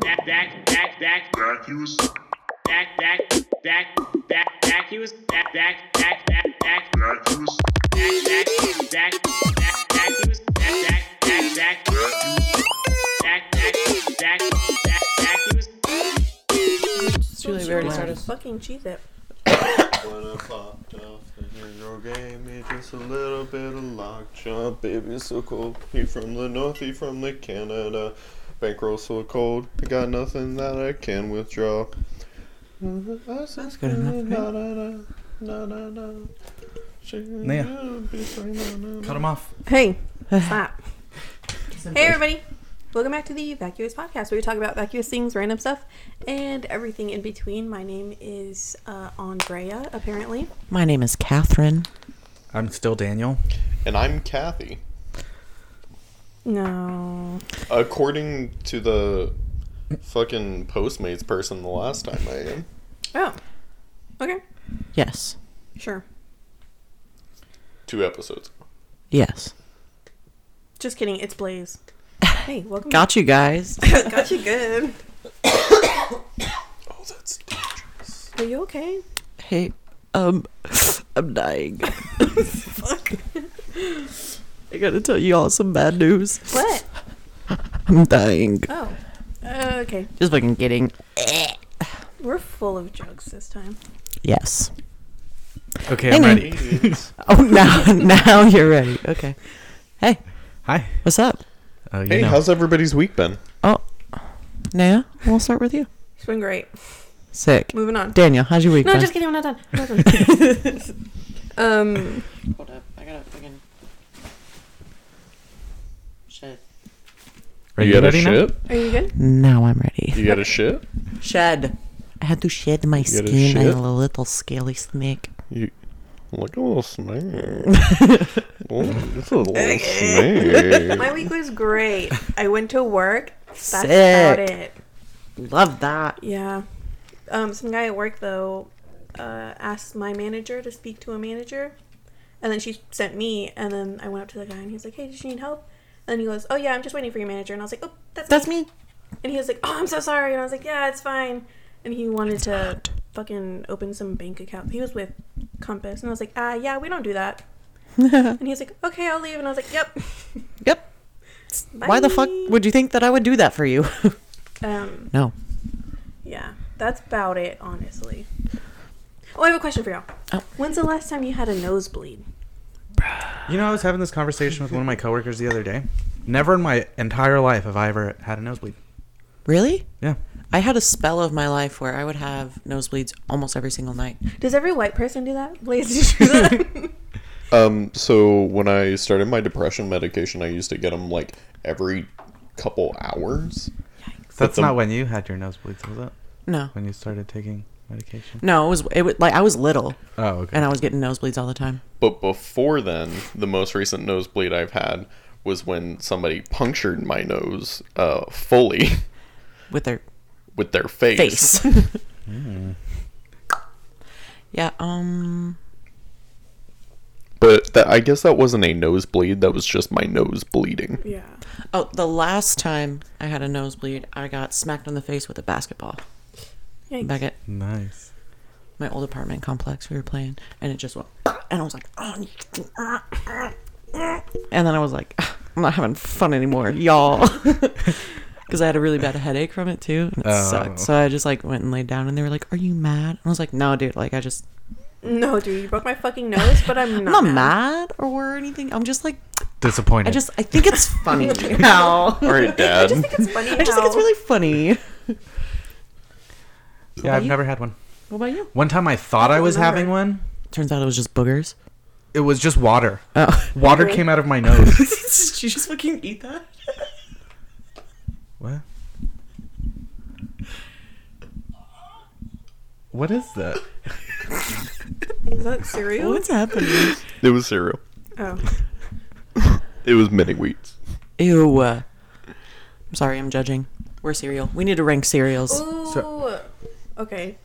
back back back vacuous, back back back back back he was back back back back back vacuous, back back back back back he was back back back back vacuous, back back back back back he was It's really weird. It started. Fucking cheese it. When I popped off, the hero gave me just a little bit of lockjaw. Baby, so cold. He from the north, he from the Canada. Bankroll so cold, I got nothing that I can withdraw. That's good enough, Na, na, na, na, na, na. She- Nia. be fine, na, na, na. Cut him off. Hey, stop. hey, everybody. Welcome back to the Vacuous Podcast, where we talk about vacuous things, random stuff, and everything in between. My name is uh, Andrea, apparently. My name is Catherine. I'm still Daniel. And I'm Kathy. No. According to the fucking Postmates person the last time I am. Oh. Okay. Yes. Sure. Two episodes. Yes. Just kidding. It's Blaze. Hey, welcome. Got you guys. back. Got you good. Oh, that's dangerous. Are you okay? hey, um, I'm dying. Fuck. I gotta tell you all some bad news. What? I'm dying. Oh. Okay. Just fucking kidding. We're full of jokes this time. Yes. Okay, I'm Hey, ready. Oh, now, now you're ready. Okay. Hey, Hi. what's up? Uh, you Hey, know. how's everybody's week been? Oh, Naya, we'll start with you. It's been great. Sick. Moving on. Daniel, how's your week No, been? just kidding. I'm not done. I'm not done. um. Hold up. I gotta fucking. Shit. Are you, ready now? Are you good? Now I'm ready. You got a shit? Shed. I had to shed my gotta skin. shed? I'm a little scaly snake. You like a little snake. oh, it's a little snake. My week was great. I went to work. That's Sick. about it. Love that. Yeah. Um, some guy at work though uh, asked my manager to speak to a manager, and then she sent me. And then I went up to the guy and he's like, "Hey, did you need help?" And he goes, "Oh yeah, I'm just waiting for your manager." And I was like, "Oh, that's That's me." me. And he was like, "Oh, I'm so sorry." And I was like, "Yeah, it's fine." And he wanted to fucking open some bank account. He was with Compass, and I was like, "Ah, yeah, we don't do that." and he's like, "Okay, I'll leave." And I was like, "Yep." Yep. Why the fuck Bye. would you think that I would do that for you? Um, no. yeah, that's about it, honestly. Oh, I have a question for y'all. Oh. When's the last time you had a nosebleed? You know, I was having this conversation with one of my coworkers the other day. Never in my entire life have I ever had a nosebleed. Really? Yeah. I had a spell of my life where I would have nosebleeds almost every single night. Does every white person do that? Blaze, did you do that? Um, so when I started my depression medication, I used to get them like every couple hours. That's the- not when you had your nosebleeds, was it? No. When you started taking medication? No, it was it was like I was little Oh, okay. and I was getting nosebleeds all the time. But before then, the most recent nosebleed I've had was when somebody punctured my nose uh, fully With their with their face. face. yeah, um But that, I guess that wasn't a nosebleed. That was just my nose bleeding. yeah. oh the last time I had a nosebleed, I got smacked on the face with a basketball. Yikes. Back at nice. my old apartment complex we were playing and it just went and i was like oh, you- ah, ah, ah." and then i was like i'm not having fun anymore y'all because i had a really bad headache from it too and it Oh. sucked so i just like went and laid down and they were like are you mad and i was like no dude like i just No, dude, you broke my fucking nose, but I'm i'm not, not mad or anything i'm just like Disappointed. i just i think it's funny how All right, I just Dad. think it's funny. i just think it's really funny yeah, I've you- never had one. what about you One time I thought I, was having one. turns out it was just boogers It was just water. oh Water came out of my nose. did you just fucking eat that what? What is that? Is that cereal? what's happening It was cereal. Oh. It was mini wheats. Ew. I'm sorry, I'm judging. We're cereal. We need to rank cereals. Ooh. okay.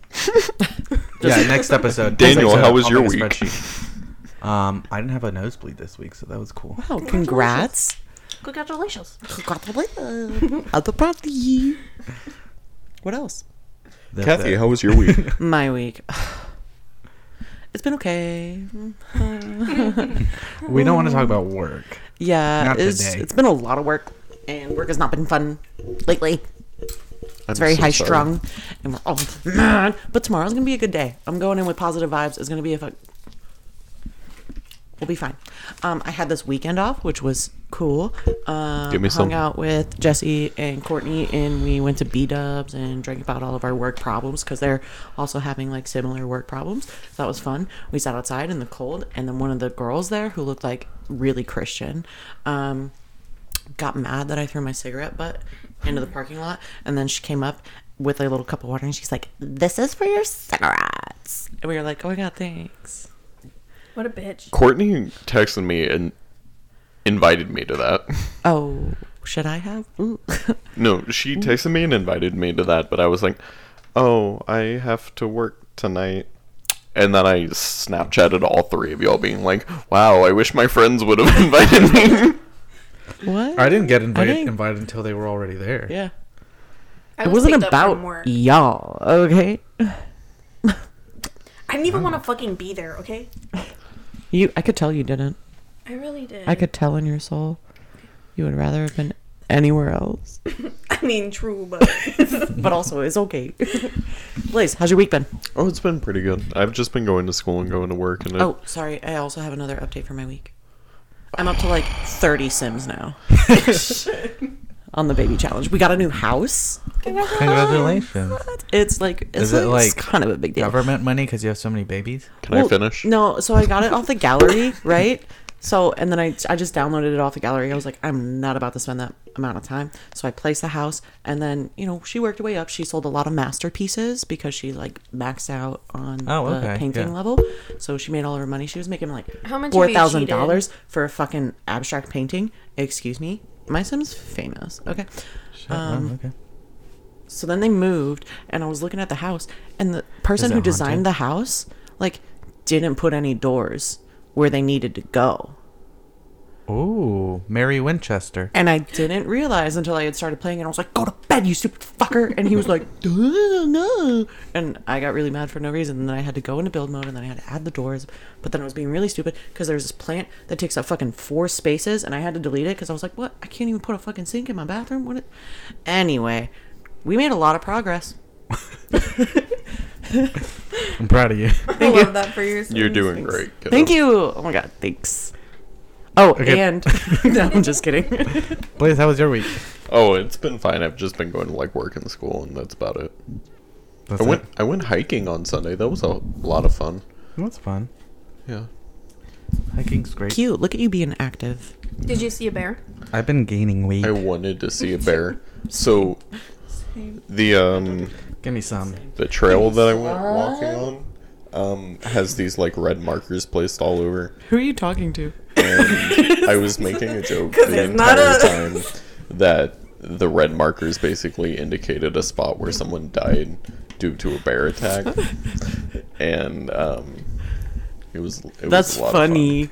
yeah, next episode. Daniel, Next how was I'll your make a week? spreadsheet. Um, I didn't have a nosebleed this week, so that was cool. Oh, congrats. Congratulations. Congratulations. At the party. What else? That's Kathy, it. how was your week? My week. It's been okay. we don't want to talk about work. Yeah, Not it's today. it's been a lot of work, and work has not been fun lately. It's very high strung, and we're all mad. But tomorrow's gonna be a good day. I'm going in with positive vibes. It's gonna be a fun. We'll be fine. Um, I had this weekend off, which was cool. Um, Give me hung some. out with Jesse and Courtney, and we went to B Dubs and drank about all of our work problems because they're also having like similar work problems. So that was fun. We sat outside in the cold, and then one of the girls there who looked like really Christian. Um, got mad that I threw my cigarette butt into the parking lot, and then she came up with a little cup of water, and she's like, "This is for your cigarettes." And we were like, "Oh my god, thanks." What a bitch. Courtney texted me and invited me to that. Oh, should I have? Ooh. No, she texted me and invited me to that, but I was like, "Oh, I have to work tonight." And then I Snapchatted all three of y'all being like, "Wow, I wish my friends would have invited me." what? I didn't get invited didn't- invited until they were already there. yeah, I it was wasn't picked up from about work. y'all. Okay, I E- didn't even want to fucking be there, okay? you. I could tell you didn't. I really did. I could tell in your soul, you would rather have been anywhere else. I mean, true, but But also, it's okay. Blaze, how's your week been? Oh, it's been pretty good. I've just been going to school and going to work, and it, Oh, sorry. I also have another update for my week. I'm up to like 30 Sims now. On the baby challenge, we got a new house. Congratulations. It's like it's Is it, like, it's like, kind of a big deal. Government money because you have so many babies. can I Well, finish? No, so I got it off the gallery, right? So and then I I just downloaded it off the gallery. I was like, I'm not about to spend that amount of time. So I placed the house, and then you know she worked her way up. She sold a lot of masterpieces because she like maxed out on Oh, the okay, painting yeah. level. So she made all of her money. She was making like How much have four you thousand dollars cheated? for a fucking abstract painting. Excuse me, my Sim's famous. Okay, Um, okay. so then they moved, and I was looking at the house, and the person it who haunted? designed the house, like, didn't put any doors where they needed to go. Ooh, Mary Winchester. And I didn't realize until I had started playing, and I was like, "Go to bed, you stupid fucker!" And he was like, "Uh, "No," and I got really mad for no reason. And then I had to go into build mode, and then I had to add the doors. But then I was being really stupid because there's this plant that takes up fucking four spaces, and I had to delete it because I was like, "What? I can't even put a fucking sink in my bathroom." What? it-" Anyway, we made a lot of progress. I'm proud of you. I love that for your You're sins. doing great. kiddo. Thank you. Oh my god, thanks. Oh, Okay. and no, I'm just kidding. Blaze, how was your week? Oh, it's been fine. I've just been going to like work and school, and that's about it. That's I went. it. I went hiking on Sunday. That was a lot of fun. That's fun. Yeah. Hiking's great. Cute. Look at you being active. Did you see a bear? I've been gaining weight. I wanted to see a bear. So the um Give me some. the trail that I went walking on um has these like red markers placed all over. Who are you talking to? And I was making a joke the it's not entire a- time that the red markers basically indicated a spot where someone died due to a bear attack. And um it was it was That's a lot of fun. funny.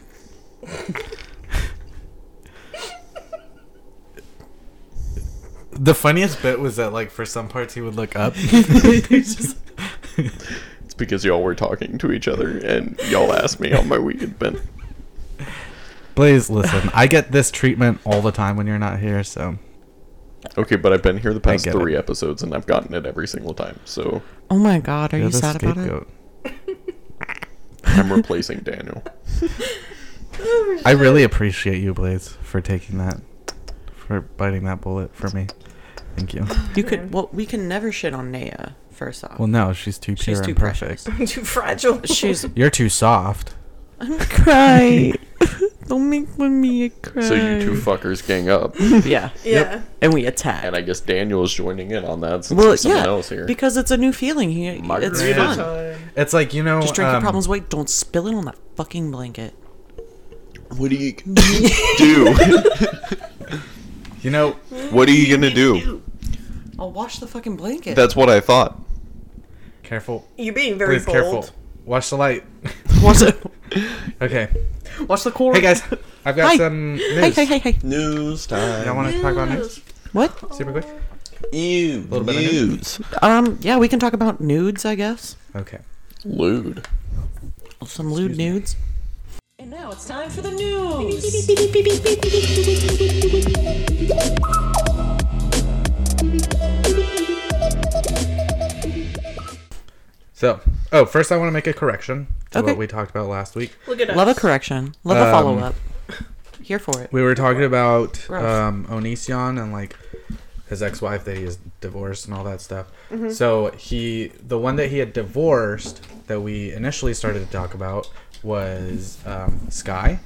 The funniest bit was that, like, for some parts he would look up. It's because y'all were talking to each other and y'all asked me how my week had been. Blaze, listen, I get this treatment all the time when you're not here, so Okay, but I've been here the past get three episodes and I've gotten it every single time, so Oh my god, are you're you the sad about it? scapegoat. I'm replacing Daniel. I really appreciate you, Blaze, for taking that, for biting that bullet for me. Thank you. You could. Well, we can never shit on Naya. First off, Well, no, she's too pure she's too and perfect. precious. I'm too fragile. She's. You're too soft. I'm cry. Don't make fun of me. I cry. So you two fuckers gang up, Yeah. yeah. And we attack. and I guess Daniel is joining in on that since well, there's someone yeah, else here. because it's a new feeling. He, it's Margarita fun. time. It's like you know. Just drink your um, problems away. Don't spill it on that fucking blanket. What are you gonna do? You know, What are you gonna do? I'll wash the fucking blanket. That's what I thought. careful. You're being very Please, bold. careful. Watch the light. wash the Okay. wash the cord. Hey guys, I've got Hi. some news. Hey, hey, hey, hey. News time. Y'all want to talk about news What? super quick? Ew. little bit of news. Um, yeah, we can talk about nudes, I guess. Okay. Lewd. Some lewd nudes. And now it's time for the news. So, oh, first I want to make a correction to Okay. what we talked about last week. Look at us. Love a correction. Love a Um, follow up. Here for it. We were talking about Gross. um, Onision and like his ex-wife that he is divorced and all that stuff. Mm-hmm. So he, the one that he had divorced that we initially started to talk about was um, Sky,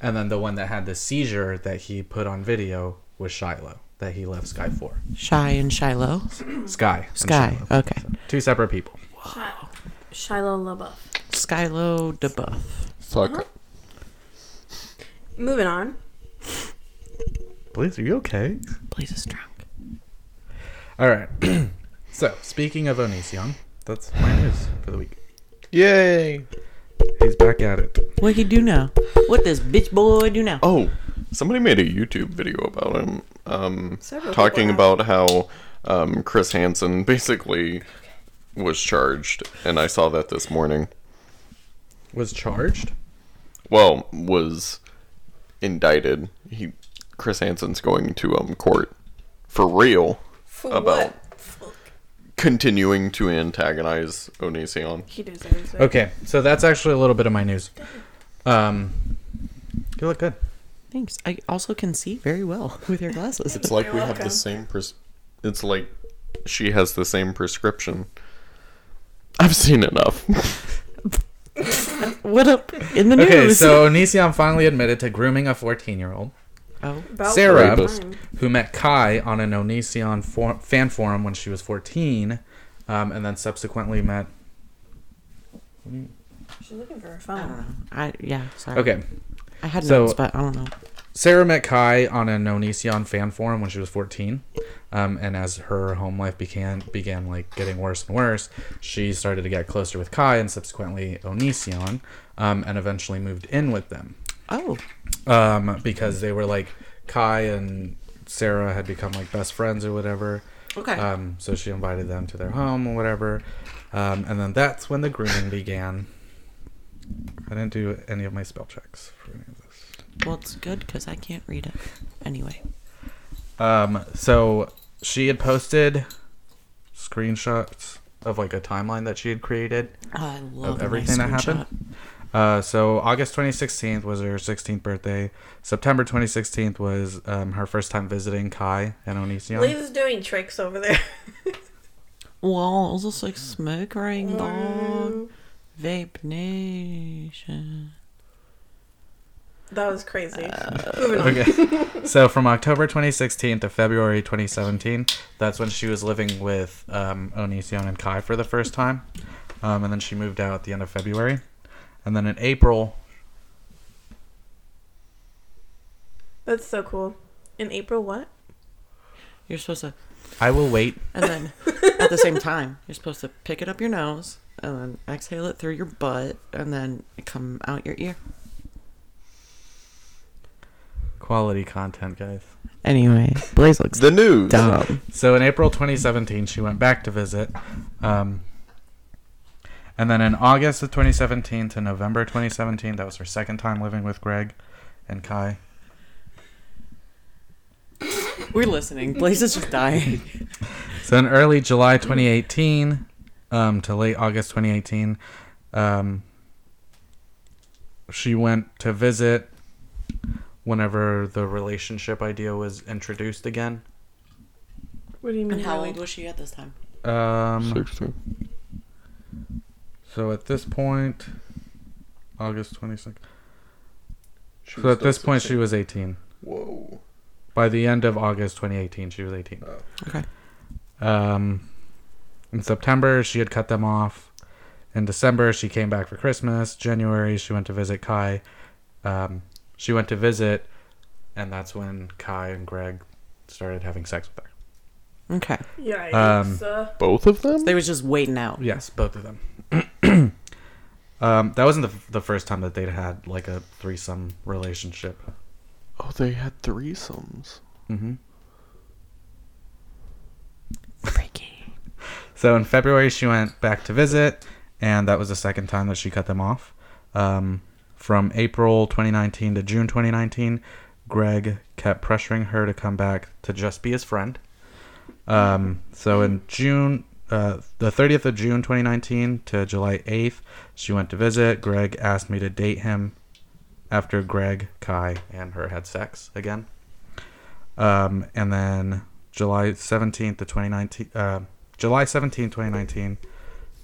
and then the one that had the seizure that he put on video was Shiloh that he left Sky for. Shy and Shiloh. Sky. and Sky. Shiloh. Okay. Two separate people. Shiloh LaBeouf. Skylo DeBuff. Fuck. Moving on. Blaze, are you okay? Blaze is drunk. All right. so speaking of Onision, that's my news for the week. Yay. He's back at it. What he do now? What this bitch boy do now? Oh, somebody made a YouTube video about him, um, Several talking people about how um, Chris Hansen basically was charged, and I saw that this morning. Was charged. Well, was indicted. He, Chris Hansen's going to um court for real For about continuing to antagonize Onision. He deserves it. Okay, so that's actually a little bit of my news. Um, you look good. Thanks. I also can see very well with your glasses. It's like You're we have welcome. the same pres. It's like she has the same prescription. I've seen enough. What up in the news? Okay, so Onision finally admitted to grooming a 14-year-old, oh, About Sarah, Rapist. who met Kai on an Onision for- fan forum when she was 14, um, and then subsequently met. She's looking for her phone. I yeah. Sorry. Okay, I had So- notes, but I don't know. Sarah met Kai on an Onision fan forum when she was 14, um, and as her home life began began like getting worse and worse, she started to get closer with Kai and subsequently Onision, um, and eventually moved in with them. Oh, um, because they were like Kai and Sarah had become like best friends or whatever. Okay. Um, so she invited them to their home or whatever, um, and then that's when the grooming began. I didn't do any of my spell checks for any of this. well, it's good because I can't read it. Anyway, Um, so she had posted screenshots of like a timeline that she had created. I love my everything that happened? screenshot. Uh, so August 2016 was her 16th birthday. September 2016 was um, her first time visiting Kai and Onision. Blaze is doing tricks over there. Well, it's just like smoke ring dog. Vape nation. that was crazy. Uh, Moving on. Okay. so from October 2016 to February 2017, that's when she was living with um, Onision and Kai for the first time. Um, and then she moved out at the end of February. And then in April, That's so cool. In April, what? You're supposed to, I will wait. and then at the same time, you're supposed to pick it up your nose and then exhale it through your butt and then it come out your ear. Quality content, guys. Anyway, Blaze looks the news. dumb. So in April 2017, she went back to visit. Um, and then in August of 2017 to November 2017, that was her second time living with Greg and Kai. We're listening. Blaze is just dying. So in early July 2018 um, to late August 2018, um, she went to visit whenever the relationship idea was introduced again. What do you mean? And how really? old was she at this time? Um, 16. so at this point, August 26th. So at this point, she was 18. Whoa. By the end of August 2018, she was 18. Okay. Um, in September, she had cut them off. In December, she came back for Christmas. January, she went to visit Kai. Um, she went to visit, and that's when Kai and Greg started having sex with her. Okay. Yikes. Um, uh, Both of them? They was just waiting out. Yes, both of them. um, that wasn't the, the first time that they'd had like a threesome relationship. Oh, they had threesomes. Mm-hmm. So in February, she went back to visit, and that was the second time that she cut them off. Um, from April 2019 to June 2019, Greg kept pressuring her to come back to just be his friend. Um, so in June, uh, the 30th of June 2019 to July 8th, she went to visit. Greg asked me to date him after Greg, Kai, and her had sex again. Um, and then July 17th to 2019, uh, July 17, 2019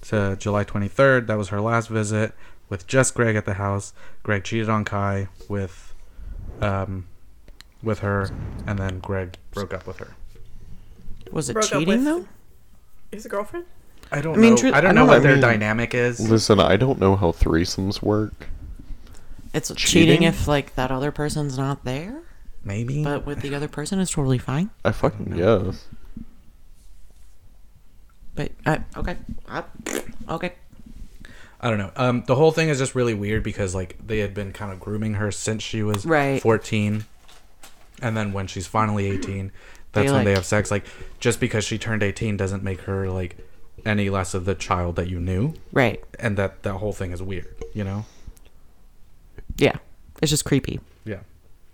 to July 23rd, that was her last visit with just Greg at the house. Greg cheated on Kai with, um, with her, and then Greg broke up with her. Was it Broke up cheating with- though? His girlfriend? I don't I mean, know. tru- I don't I know don't what know. their I mean- dynamic is. Listen, I don't know how threesomes work. It's cheating? Cheating? if like that other person's not there, Maybe. but with the other person it's totally fine. I fucking guess. But I, okay, I, okay. I don't know. Um, the whole thing is just really weird because like they had been kind of grooming her since she was Right. 14, and then when she's finally 18, that's They, when they like- have sex. Like just because she turned 18 doesn't make her like any less of the child that you knew, Right. and that that whole thing is weird. You know? Yeah. It's just creepy. Yeah.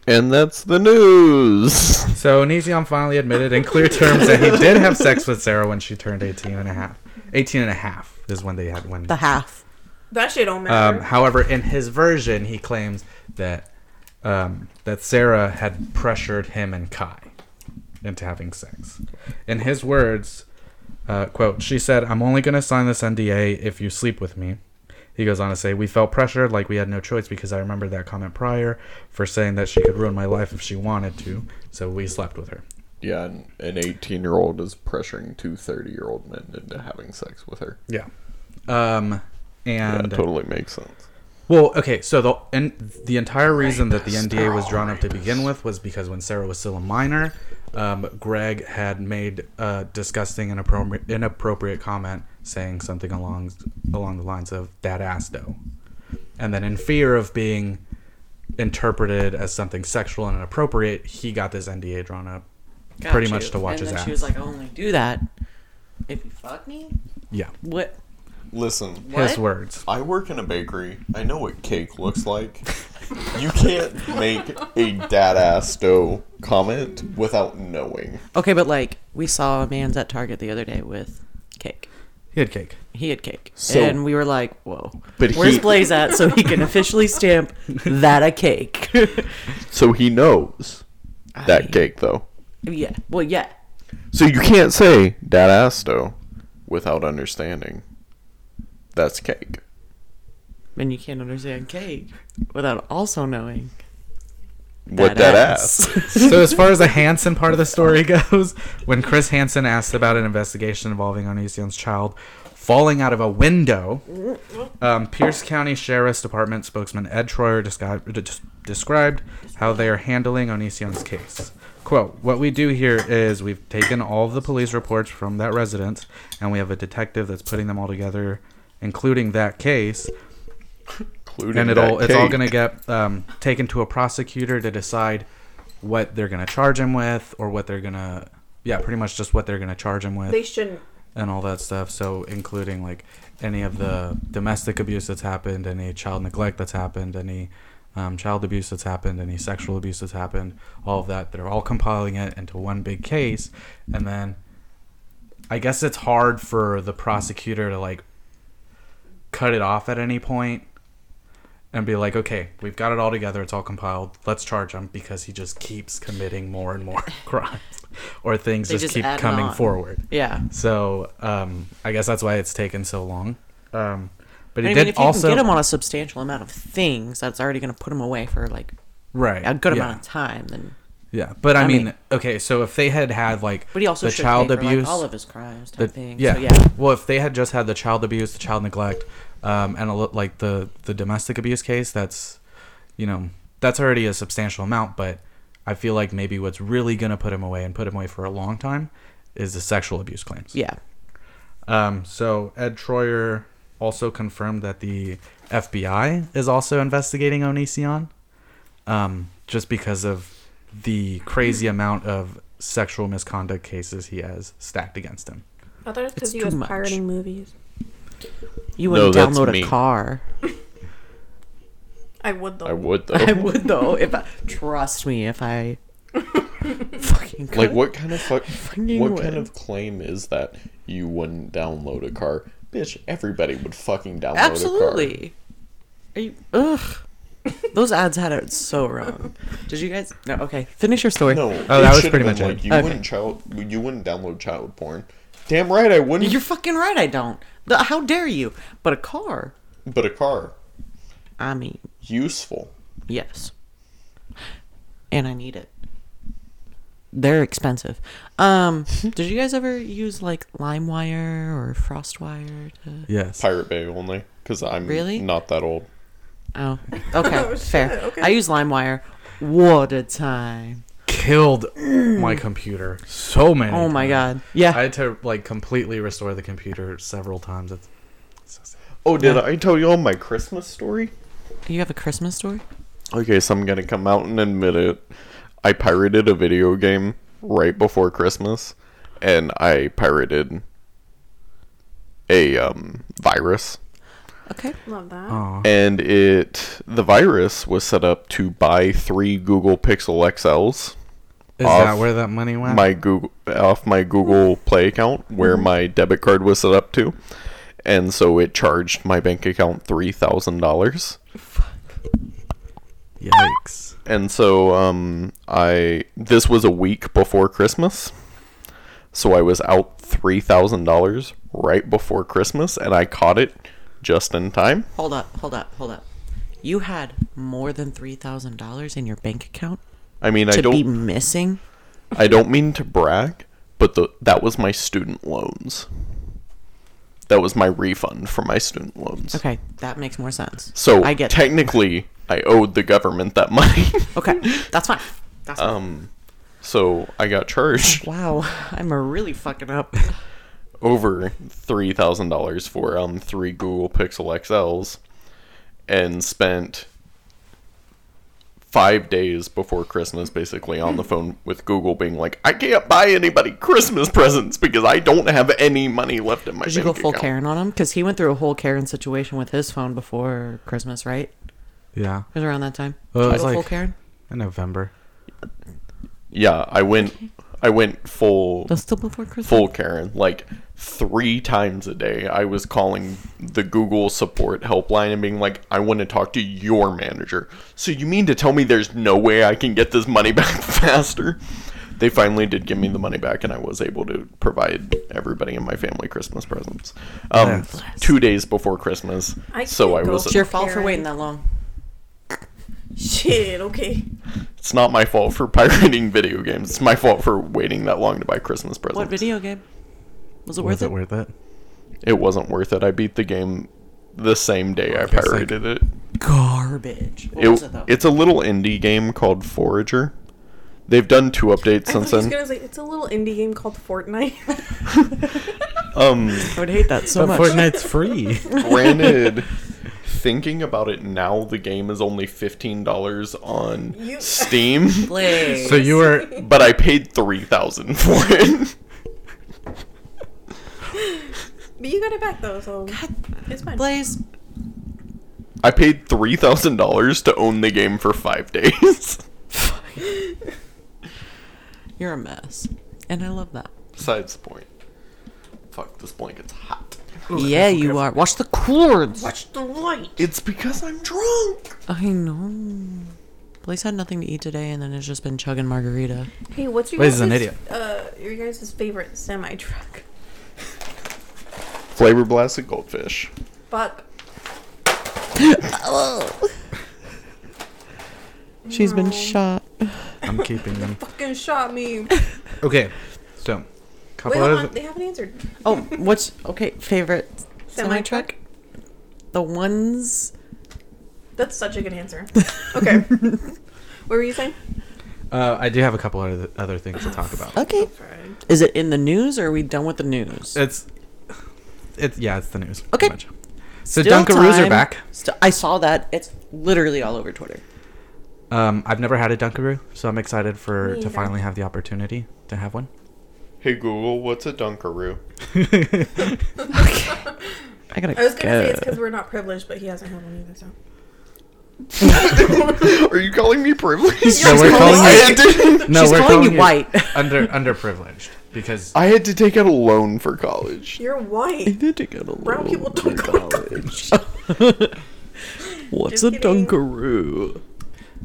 And that's the news. So Onision finally admitted in clear terms that he did have sex with Sarah when she turned 18 and a half. 18 and a half is when they had when The half. That shit don't matter. Um, however, in his version, he claims that um, that Sarah had pressured him and Kai into having sex. In his words, uh, quote, she said, "I'm only going to sign this NDA if you sleep with me." He goes on to say, "We felt pressured, like we had no choice, because I remember that comment prior for saying that she could ruin my life if she wanted to, so we slept with her." Yeah, an 18 year old is pressuring two 30 year old men into having sex with her. Yeah. Um, That and totally makes sense. Well, okay, so the and the entire reason that the NDA was drawn up to begin with was because when Sarah was still a minor, um, Greg had made a disgusting and appro- inappropriate comment saying something along along the lines of "that ass though," and then in fear of being interpreted as something sexual and inappropriate, he got this NDA drawn up. Pretty much to watch and his then ass. She was like, I only do that if you fuck me. Yeah, What? Listen, his What? words. I work in a bakery. I know what cake looks like. You can't make a dad ass dough comment without knowing. Okay, but like we saw a man's at Target the other day with cake. He had cake. He had cake, So- and we were like, "Whoa, But where's he- Blaze at?" So he can officially stamp that a cake. So he knows I- that cake, though. yeah. Well, yeah. So you can't say dad ass dough without understanding. That's cake. And you can't understand cake without also knowing What that ass. so as far as the Hansen part of the story goes, when Chris Hansen asked about an investigation involving Onision's child falling out of a window, um, Pierce County Sheriff's Department spokesman Ed Troyer described, described how they are handling Onision's case. Quote, what we do here is we've taken all the police reports from that residence and we have a detective that's putting them all together, including that case, Including and it'll that it's all cake. gonna get um, taken to a prosecutor to decide what they're gonna charge him with or what they're gonna yeah pretty much just what they're gonna charge him with they shouldn't. and all that stuff so including like any of the domestic abuse that's happened any child neglect that's happened any um, child abuse that's happened any sexual abuse that's happened all of that they're all compiling it into one big case and then i guess it's hard for the prosecutor to like cut it off at any point and be like, okay, we've got it all together. It's all compiled. Let's charge him because he just keeps committing more and more crimes or things They just, just keep add coming on. forward. Yeah. So um, I guess that's why it's taken so long. Um, but I he mean, did if you also can get him on a substantial amount of things, that's already going to put him away for like right a good yeah, amount of time. Then, Yeah, but I, I mean, mean- okay, so if they had had like but he also the should child pay for, like, abuse, all of his crimes, the- type thing. yeah, So, yeah. Well, if they had just had the child abuse, the child neglect, um, and a, lo- like the the domestic abuse case, that's you know that's already a substantial amount. But I feel like maybe what's really gonna put him away and put him away for a long time is the sexual abuse claims. Yeah. Um, so Ed Troyer also confirmed that the FBI is also investigating Onision, um, just because of the crazy amount of sexual misconduct cases he has stacked against him. I thought it was It's because he too was much. pirating movies. You No, wouldn't that's download me. a car. I would though. I would though. I would though. If I, trust me, if I fucking could. Like what kind of fuck, Fucking what would. kind of claim is that you wouldn't download a car? Bitch, everybody would fucking download a car. Absolutely. Are you? Ugh. Those ads had it so wrong. Did you guys? No. Okay. Finish your story. No. Oh, it that was should've pretty been much like it. you Okay. wouldn't child you wouldn't download child porn. Damn right I wouldn't. You're fucking right. I don't. The, how dare you? But a car. But a car. I mean, Useful. yes. And I need it. They're expensive. Um, did you guys ever use like LimeWire or FrostWire? To... Yes. Pirate Bay only. Because I'm Really? not that old. Oh, okay, fair. okay. I use LimeWire. What a time! Killed my computer so many. Oh my times. god. Yeah. I had to like completely restore the computer several times. It's so sad. Oh, did I tell you all my Christmas story? you have a Christmas story? Okay, so I'm gonna come out and admit it. I pirated a video game right before Christmas, and I pirated a um, virus. Okay. Love that. um, And it the virus was set up to buy three Google Pixel XLs Is Off that where that money went? my Google off my Google Play account where my debit card was set up to, and so it charged my bank account three thousand dollars. Yikes. and so um, I this was a week before Christmas, so I was out three thousand dollars right before Christmas, and I caught it just in time. Hold up, hold up, hold up. You had more than three thousand dollars in your bank account I mean, I to be don't missing. I don't mean to brag, but the, that was my student loans. That was my refund for my student loans. Okay, that makes more sense. So I get technically, I owed the government that money. okay. That's fine. That's Um. fine. so I got charged wow, I'm a really fucking up. over three thousand dollars for um three Google Pixel XLs, and spent five days before Christmas basically on the phone with Google, being like, "I can't buy anybody Christmas presents because I don't have any money left in my." Did you go bank full account." Karen on him? Because he went through a whole Karen situation with his phone before Christmas, right? It Yeah. was around that time. Well, it Did you was go full Uh, like- Karen? In November. Yeah, I went. I went full. That's still before Christmas. full Karen. Like three times a day, I was calling the Google support helpline and being like, I want to talk to your manager. So you mean to tell me there's no way I can get this money back faster? They finally did give me the money back, and I was able to provide everybody in my family Christmas presents. Um, Bless. two days before Christmas, I so I can't go was. It's your fault for waiting that long. Shit. Okay. It's not my fault for pirating video games. It's my fault for waiting that long to buy Christmas presents. What video game? Was it Was worth it it? worth it? It wasn't worth it. I beat the game the same day I guess, like, pirated it. Garbage. What It- was it though? It's a little indie game called Forager. They've done two updates I was since just then. gonna say it's a little indie game called Fortnite. Um, Oh, I would hate that so But much. Fortnite's free. granted, thinking about it now, the game is only fifteen dollars on You- Steam, Play. so you were but I paid three thousand for it. but you got it back though, so it's fine. Blaze, I paid three thousand dollars to own the game for five days. you're a mess, and I love that. Besides the point. Fuck, this blanket's hot. yeah, you are. Watch the cords. It's because I'm drunk. I know. Blaze had nothing to eat today, and then it's just been chugging margarita. Hey, what's your Blaze is an guys' idiot. Uh, your guys' favorite semi truck? Flavor blasted goldfish. Fuck. She's been shot. I'm keeping them. Fucking shot me. Okay. So Wait, couple hold on. of They haven't answered. Oh, what's okay? Favorite semi Semi-truck? truck? The ones. That's such a good answer. Okay. what were you saying? uh, I do have a couple other other things to talk about. Okay. Is it in the news, or are we done with the news? It's it's yeah, it's the news. Okay. pretty much. So Still Dunkaroos are time. back. St- I saw that. It's literally all over Twitter. Um, I've never had a Dunkaroo, so I'm excited for Me to either. finally have the opportunity to have one. Hey Google, what's a Dunkaroo? I gotta I was gonna say it's go. because we're not privileged, but he hasn't had one either. So Are you calling me privileged? No, we're calling I you- had to. No, She's we're calling you white. under underprivileged because I had to take out a loan for college. you're white. Need to get a Brown people little don't go to college. What's Just a kidding. Dunkaroo?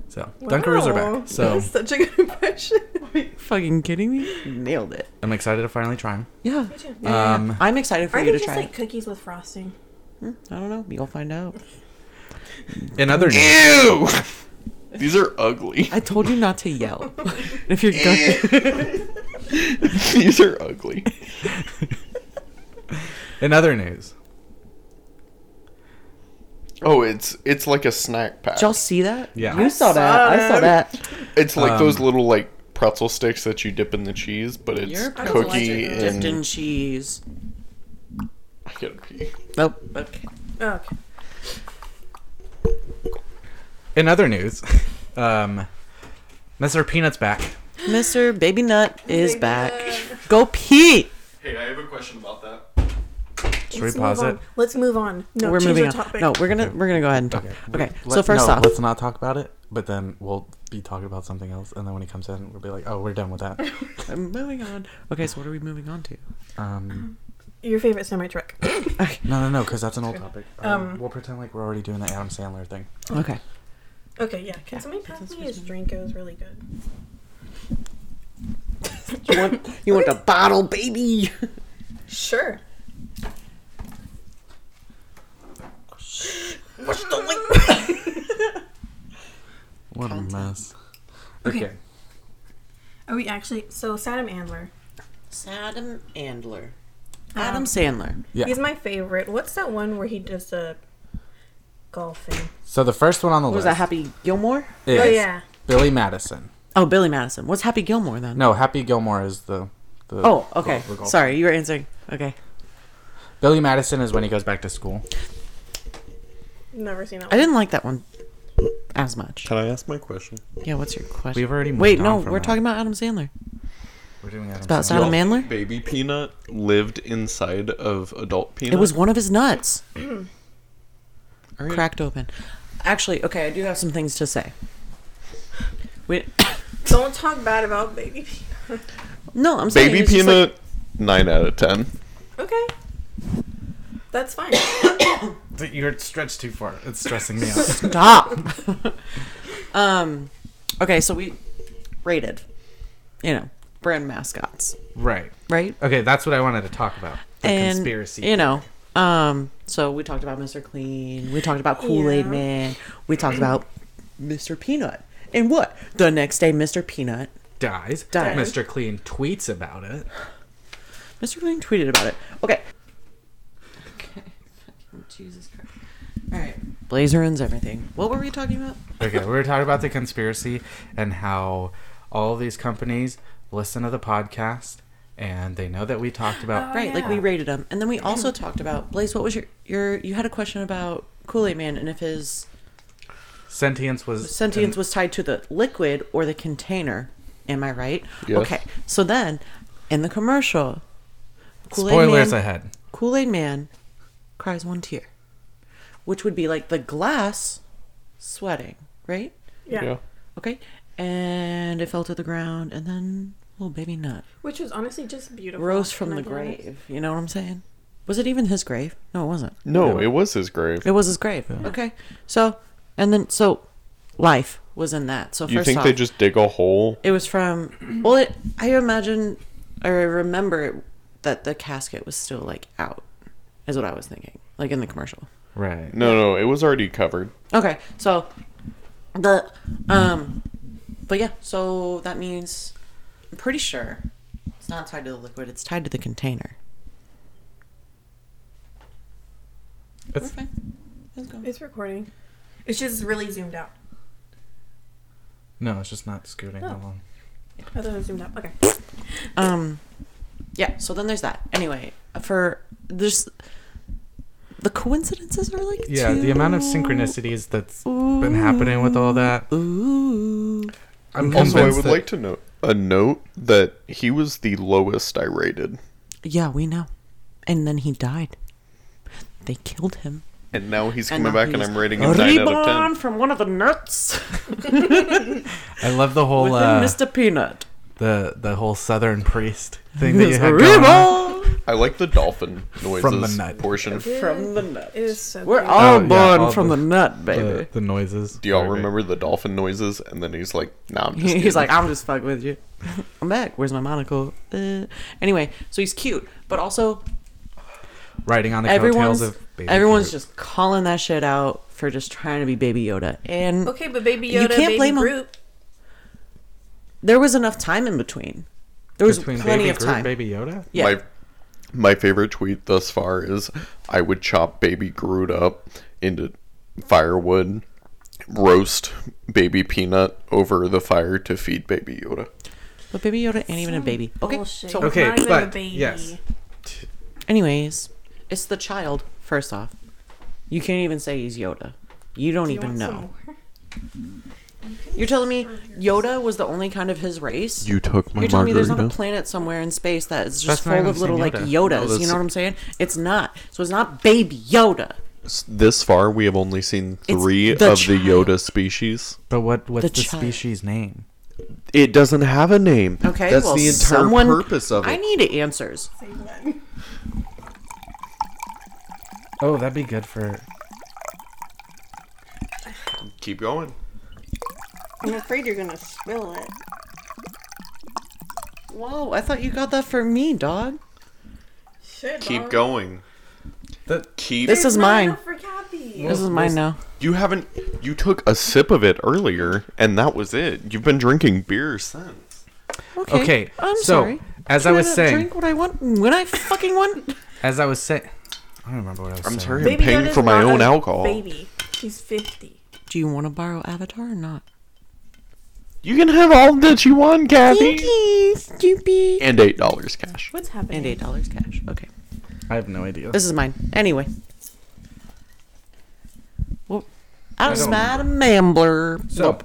so Dunkaroos are Wow. back. So That's such a good impression. Fucking kidding me? Nailed it. I'm excited to finally try them. Yeah. too. yeah, Um, yeah. I'm excited for Aren't you they to just try like it. cookies with frosting? I don't know. You'll find out. In other news, Ew! These are ugly. I told you not to yell. if you're Eh. going These are ugly. in other news, Oh, it's it's like a snack pack. Did y'all see that? Yeah. I You saw, that. I saw that. it's like um, those little like pretzel sticks that you dip in the cheese, but it's Your cookie pretzel sticks are and Dipped in cheese. I gotta pee. Nope. Okay. Oh, okay. in other news, um, Mr. Peanut's back. Mr. Baby Nut is Baby back. Nut. Go pee. Hey, I have a question about that. Should we Let's move pause on. it? Let's move on. No, we're change moving the on. topic. No, we're gonna we're gonna go ahead and talk. Okay. so Let- first no, off, let's not talk about it. But then we'll be talking about something else, and then when he comes in, we'll be like, "Oh, we're done with that." I'm moving on. Okay. So what are we moving on to? Um, Your favorite semi truck. no, no, no, because that's an old topic. Um, Um, we'll pretend like we're already doing the Adam Sandler thing. Okay. Okay, yeah. Can somebody pass me his drink? It was really good. You want you want the bottle, baby. Sure. What a mess. Okay. okay. Are we actually? So, Saddam Andler. Adam Andler. Adam Sandler. Yeah. He's my favorite. What's that one where he does the golf thing? So the first one on the What was list that Happy Gilmore? is Oh, yeah. Billy Madison. Oh, Billy Madison. What's Happy Gilmore then? No, Happy Gilmore is the. the Oh, okay. the golf. Sorry, you were answering. Okay. Billy Madison is when he goes back to school. Never seen that I one. didn't like that one as much. Can I ask my question? Yeah, what's your question? We've already moved Wait, on no, from we're that. talking about Adam Sandler. We're doing Adam About Sandler. Saddam Y'all- Andler? Baby peanut lived inside of adult peanut. It was one of his nuts. right. Cracked open. Actually, okay, I do have some things to say. Wait, Don't talk bad about baby. Peanut. no, I'm saying baby it's just peanut. Nine out of ten. okay. That's fine. Th- You're stretched too far. It's stressing me out. like, stop. um, okay, so we rated, you know, brand mascots, right. right? Okay, that's what I wanted to talk about. The and conspiracy. you know um so we talked about mr clean we talked about kool-aid Yeah. man we talked about mr peanut and what the next day mr peanut dies. Dies. Mr. Clean tweets about it. mr clean tweeted about it okay okay jesus christ all right blazer ends everything what were we talking about Okay, we were talking about the conspiracy and how all these companies listen to the podcast and they know that we talked about. Uh, right like we rated them and then we also talked about blaze what was your your you had a question about kool-aid man and if his Sentience was sentience was tied to the liquid or the container. Am I right? Yes. Okay. So then, in the commercial, Kool-Aid spoilers Man, ahead. Kool Aid Man cries one tear, which would be like the glass sweating, right? Yeah. Yeah. Okay. And it fell to the ground, and then little baby nut Which was honestly just beautiful. rose from Can I the be honest? grave. You know what I'm saying? Was it even his grave? No, it wasn't. No, it was his grave. It was his grave. Okay. So, and then so, life was in that. So You first think off, they just dig a hole? It was from well, it, I imagine or I remember it, that the casket was still like out, is what I was thinking, like in the commercial. Right. No, no, it was already covered. Okay, so the um, but yeah, so that means I'm pretty sure it's not tied to the liquid; it's tied to the container. We're It's, fine. Let's go. It's recording. It's just really zoomed out. no, it's just not Oh. scooting along. I thought it was zoomed out. Okay. Um, yeah. So then there's that. Anyway, for there's the coincidences are like Yeah, the amount of too- synchronicities that's been happening with all that. Ooh. I'm Also, I convinced would that- like to note a note that he was the lowest I rated. Yeah, we know. And then he died. They killed him. And now he's And coming now back and he's I'm rating him 9 out of 10. from one of the nuts I love the whole within uh, Mr. Peanut. the the whole Southern priest thing that you had going on. Reborn I like the dolphin noises From the nut. portion. from the nut. It is so We're cute. all Oh, yeah, born all from the- the, nut, The, baby. the noises. Do y'all remember the dolphin noises? And then he's like, nah, I'm just he's kidding." like, I'm just fucking with you. I'm back. Where's my monocle? Uh, anyway, so he's cute, but also Riding on the everyone's coattails of baby everyone's Groot. just calling that shit out for just trying to be Baby Yoda. And Okay, but Baby You Yoda, can't Baby blame 'em. Groot. there was enough time in between. There was between plenty baby of Groot, time. baby Yoda. Yeah. My, my favorite tweet thus far is I would chop baby Groot up into firewood, roast baby peanut over the fire to feed baby Yoda. But Baby Yoda ain't even a baby. Okay. Mm. Bullshit. So, Not Okay, even a but baby. yes, anyways, it's the child, first off. You can't even say he's Yoda. You don't even know. You're telling me Yoda was the only kind of his race? You took my You're telling me there's not a planet somewhere in space that is just That's not full even of little saying like Yoda. Yodas. that's- you know what I'm saying? It's not. So it's not baby Yoda. This far, we have only seen It's three the of the child. Yoda species. but what what's the, The child. species name? It doesn't have a name. Okay. that's well, the entire someone, purpose of it. I need answers. Oh, that'd be good for. Keep going. I'm afraid you're gonna spill it. Whoa! I thought you got that for me, dog. Shit, Keep going. The, Keep. This is mine. For Cappy. This is mine now. you haven't. You took a sip of it earlier, and that was it. You've been drinking beer since. Okay. okay, I'm so sorry. as I Can was not saying, drink what I want when I fucking want. as I was saying, I don't remember what I was I'm saying. sorry, I'm paying for my own alcohol. Baby, he's fifty. Do you want to borrow Avatar or not? You can have all that you want, Kathy. you, stupid. And eight dollars cash. What's happening? And eight dollars cash. Okay. I have no idea. This is mine. Anyway. Well, I was don't mad a mambler. So-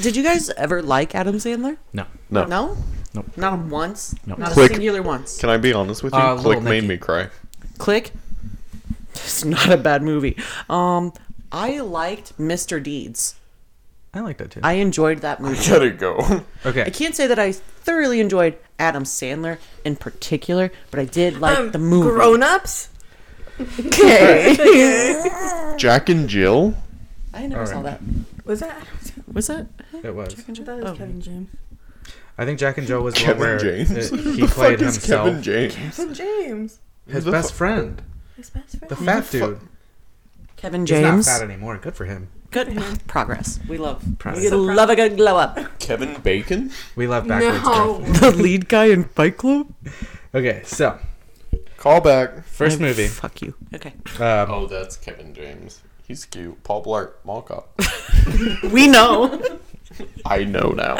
Did you guys ever like Adam Sandler? no, No. No? Nope. Not once? Nope. Not Click. a singular once. Can I be honest with you? Uh, Little Click made Nicky. me cry. Click. It's not a bad movie. Um, I liked Mr. Deeds. I like that too. I enjoyed that movie. Let it go. okay, I can't say that I thoroughly enjoyed Adam Sandler in particular, but I did like Um, the movie. Grown ups? Jack and Jill. I never saw that. Was that? Was that? it was. I thought it Oh. was Kevin James. I think Jack and Joe was the one Kevin where James. it- Who uh, he the played fuck is himself, Kevin James. Kevin James. his Who the best fu- friend, His best friend. the fat fu- dude. Kevin He's James. not fat anymore. Good for him. Good progress. We love. Progress. We love a good glow up. Kevin Bacon. We love backwards growth. the lead guy in Fight Club. Okay, so Call back. first movie. Fuck you. Okay. Um, Oh, that's Kevin James. He's cute. Paul Blart, Mall Cop. We know. I know now.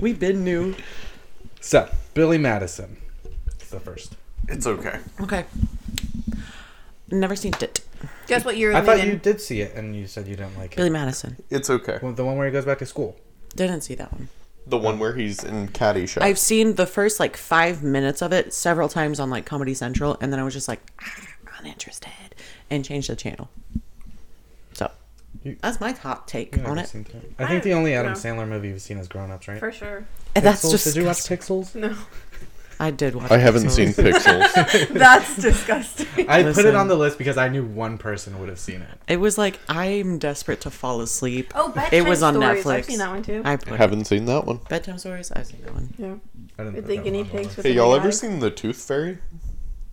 We've been new. so Billy Madison. It's the first. It's okay. Okay. Never seen it. Guess what year I it was thought you in? did see it, and you said you didn't like it. Billy Madison. It's okay. Well, the one where he goes back to school. Didn't see that one. The one where he's in Caddyshack. I've seen the first like five minutes of it several times on like Comedy Central, and then I was just like, ah, uninterested, and changed the channel. So You- that's my hot take You on haven't it. seen that. I think the only Adam Sandler movie you've seen is Grown Ups, right? For sure. And that's Pixels? just. Did you watch Pixels? No. I did watch. I haven't seen Pixels. That's disgusting. I put it Listen. on the list because I knew one person would have seen it. It was like I'm desperate to fall asleep. Oh, bedtime it was on stories. Netflix. I've seen that one too. I I put haven't seen that one. bedtime stories. I've seen that one. yeah. I didn't With put the that guinea one on the pigs list. with Hey, the y'all big ever eyes. seen The Tooth Fairy?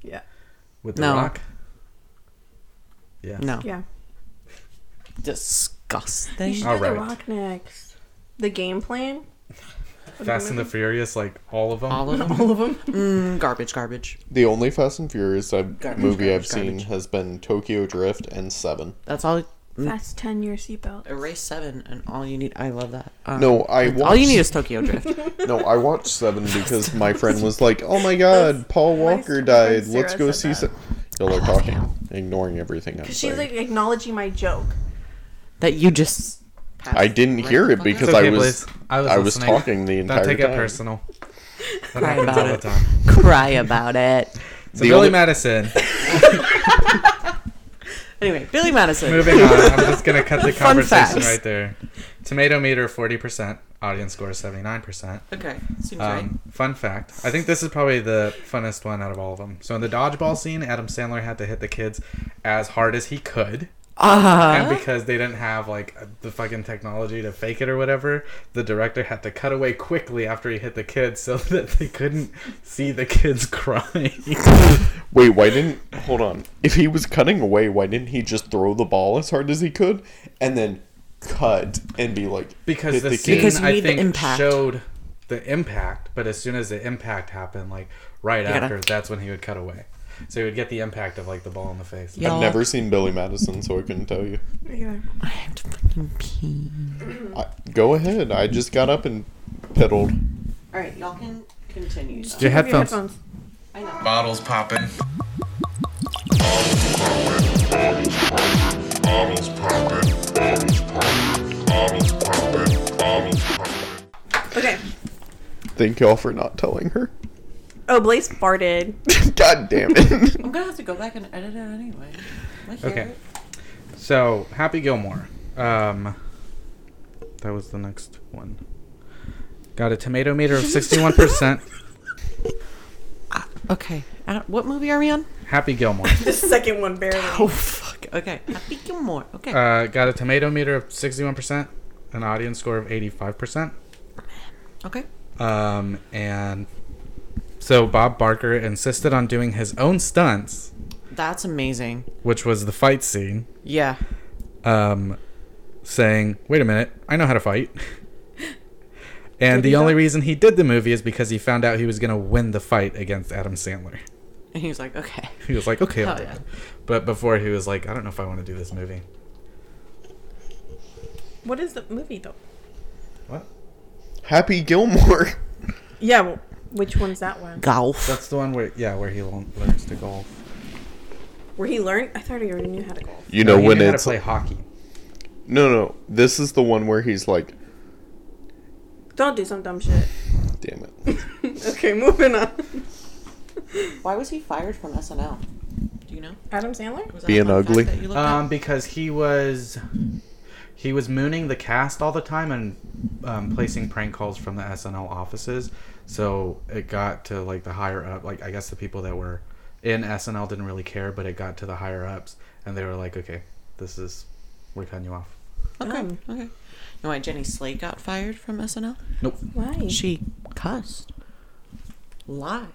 Yeah. with the No. Rock? Yeah. No, Yeah. You disgusting. should All do the right. rock next. The game plan? Fast and the Furious, like all of them. All of them. All of them? Mm, garbage, garbage. The only Fast and Furious I've, Garbage, movie garbage, I've seen garbage. has been Tokyo Drift and Seven. That's all. Fast 10 year seatbelt. Erase seven and all you need. I love that. Um, No, I watched. All you need is Tokyo Drift. no, I watched Seven because my friend was like, "Oh my God, Paul Walker friend died. Sarah Let's go said see." that. Some... Y'all are talking, ignoring everything I'm She's saying. like acknowledging my joke. that you just pass I didn't right hear the it fuck because It's out. okay, I was Blaze. I was I was listening. talking the Don't entire take time. it personal. That Cry happens about all it. the time. cry about it. So The Billy only- Madison. Anyway, Billy Madison. Moving on. I'm just gonna cut the Fun conversation facts. right there. Tomato meter forty percent. Audience score seventy nine percent. Okay, seems right. Um, fun fact. I think this is probably the funnest one out of all of them. So in the dodgeball scene, Adam Sandler had to hit the kids as hard as he could, Uh, and because they didn't have like uh, the fucking technology to fake it or whatever, the director had to cut away quickly after he hit the kids so that they couldn't see the kids crying. Wait, why didn't hold on? If he was cutting away, why didn't he just throw the ball as hard as he could and then cut and be like because hit the, kid? scene Because you I need the think impact. showed the impact, but as soon as the impact happened, like right gotta- after, that's when he would cut away. So he would get the impact of like the ball in the face. y'all, I've never seen Billy Madison, so I couldn't tell you. Yeah. I have to fucking pee. I, go ahead. I just got up and piddled. All right, y'all can continue. Your Have your headphones. headphones. Bottles popping. Okay. Thank y'all for not telling her. Oh, Blaze farted. God damn it. I'm gonna have to go back and edit it anyway. Okay. So Happy Gilmore. Um, that was the next one. Got a tomato meter of sixty-one percent. Okay. I don't- what movie are we on? Happy Gilmore. the second one barely. Oh fuck. Okay. Happy Gilmore. Okay. Uh, got a tomato meter of sixty-one percent, an audience score of eighty-five percent. okay. Um, and so Bob Barker insisted on doing his own stunts, That's amazing. which was the fight scene, Yeah. um, saying, Wait a minute, I know how to fight. and the only reason he did the movie is because he found out he was going to win the fight against Adam Sandler. And he was like, okay. He was like, Okay, I'll Hell do yeah. it. But before he was like, I don't know if I want to do this movie. What is the movie though? What? Happy Gilmore. Yeah, well, which one's that one? Golf. That's the one where, yeah, where he learn- learns to golf. Where he learned? I thought he already knew how to golf. You know he when knew how to it's play hockey. No, no. This is the one where he's like, Don't do some dumb shit. damn it. Okay, moving on. Why was he fired from SNL? Do you know? Adam Sandler? Was that Being a fun fact ugly. that you looked Um, up? because he was he was mooning the cast all the time and um, placing prank calls from the SNL offices. So it got to like the higher up, like I guess the people that were in SNL didn't really care, but it got to the higher ups, and they were like, "Okay, this is we're cutting you off." Okay. Um. Okay. You know why Jenny Slate got fired from SNL? Nope. Why? She cussed live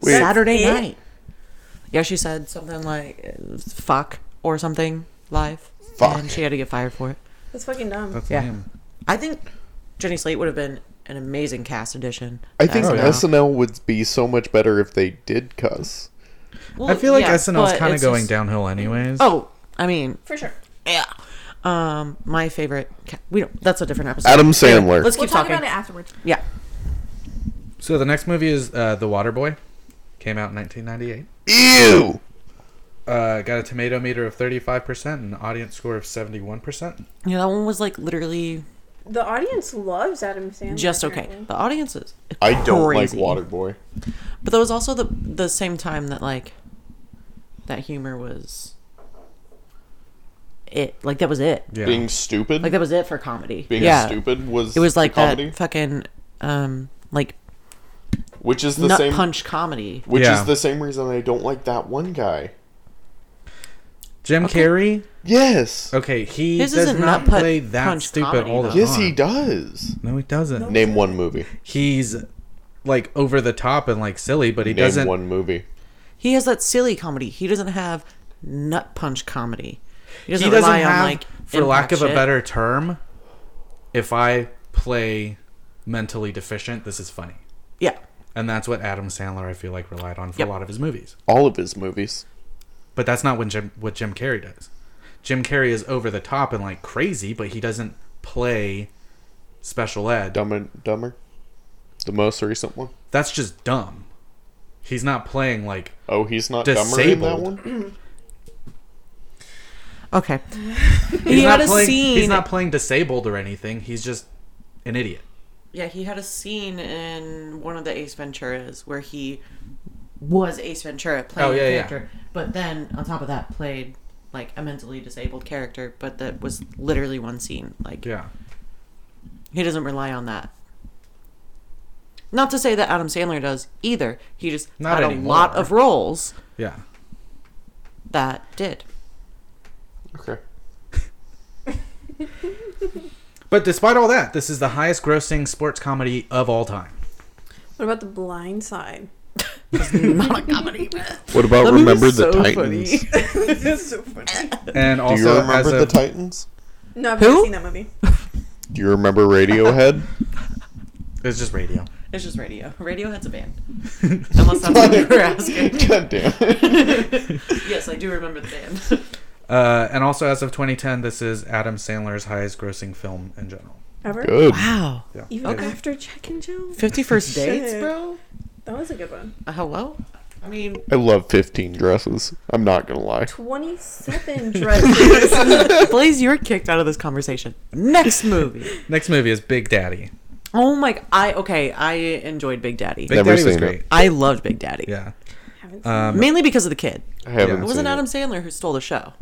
Wait. Saturday That's it? night. Yeah, she said something like uh, "fuck" or something live, Fuck. and she had to get fired for it. That's fucking dumb. That's Yeah. lame. I think Jenny Slate would have been an amazing cast addition. I to think SNL. SNL would be so much better if they did cuss. Well, I feel like yeah, SNL's but kind of it's going just- downhill, anyways. Oh, I mean, For sure. yeah. Um, my favorite. Ca- we don't. That's a different episode. Adam Anyway, Sandler. let's We'll keep talk talking. about it afterwards. Yeah. So the next movie is uh, The Waterboy. Came out in 1998. Ew. Uh, got a tomato meter of 35% and an audience score of 71%. Yeah, that one was like literally The audience loves Adam Sandler. just okay. apparently. The audience is I don't crazy. like Waterboy. But that was also the the same time that like that humor was it. Like that was it. Yeah. Being stupid. Like that was it for comedy. being yeah. stupid was It was like the comedy, that fucking um like which is the nut same punch comedy. which Yeah. is the same reason I don't like that one guy. Jim Carrey Yes. Okay, he His does isn't not nut put- play that punch stupid comedy, all the though. Yes, time. he does. No, he doesn't. Name one movie. He's like over the top and like silly, but he Name doesn't. one movie. He has that silly comedy. He doesn't have nut punch comedy. He doesn't, he doesn't rely have, on like for lack impact of a shit. better term, if I play mentally deficient, this is funny, yeah. and that's what Adam Sandler I feel like relied on for Yep. a lot of his movies. All of his movies. But that's not when Jim what Jim Carrey does. Jim Carrey is over the top and like crazy, but he doesn't play special ed. Dumb and Dumber. The most recent one. That's just dumb. He's not playing like Oh, he's not dumber in that Disabled. one. Okay. He's he had not a playing, scene. He's not playing disabled or anything. He's just an idiot. Yeah, he had a scene in one of the Ace Venturas where he was Ace Ventura playing Oh, yeah, a yeah. character, but then on top of that played like a mentally disabled character, but that was literally one scene. Like Yeah. he doesn't rely on that. Not to say that Adam Sandler does either. He just Not had anymore. a lot of roles Yeah. that did. Okay. But despite all that, this is the highest grossing sports comedy of all time. What about the blind side? What about That Remember movie's the so Titans? funny. And Do also, you remember as the of- Titans? No, I've Who? never seen that movie. Do you remember Radiohead? it's just radio. it's just radio. Radiohead's a band. Unless that's what you were asking. God damn it. yes, I do remember the band. Uh, and also, as of 2010, this is Adam Sandler's highest grossing film in general. Ever? Good. Wow. Yeah. Even Okay. after Jack and Jill? Fifty First Dates, Dates, bro. That was a good one. Uh, hello. I mean, I love 15 dresses. I'm not going to lie. 27 dresses. Blaze, you were kicked out of this conversation. Next movie. Next movie is Big Daddy. Oh my! g- I okay. I enjoyed Big Daddy. Big Never Daddy was seen it. great. I loved Big Daddy. Yeah. Haven't seen Um, Mainly because of the kid. I haven't Yeah. It seen wasn't Adam Sandler who stole the show.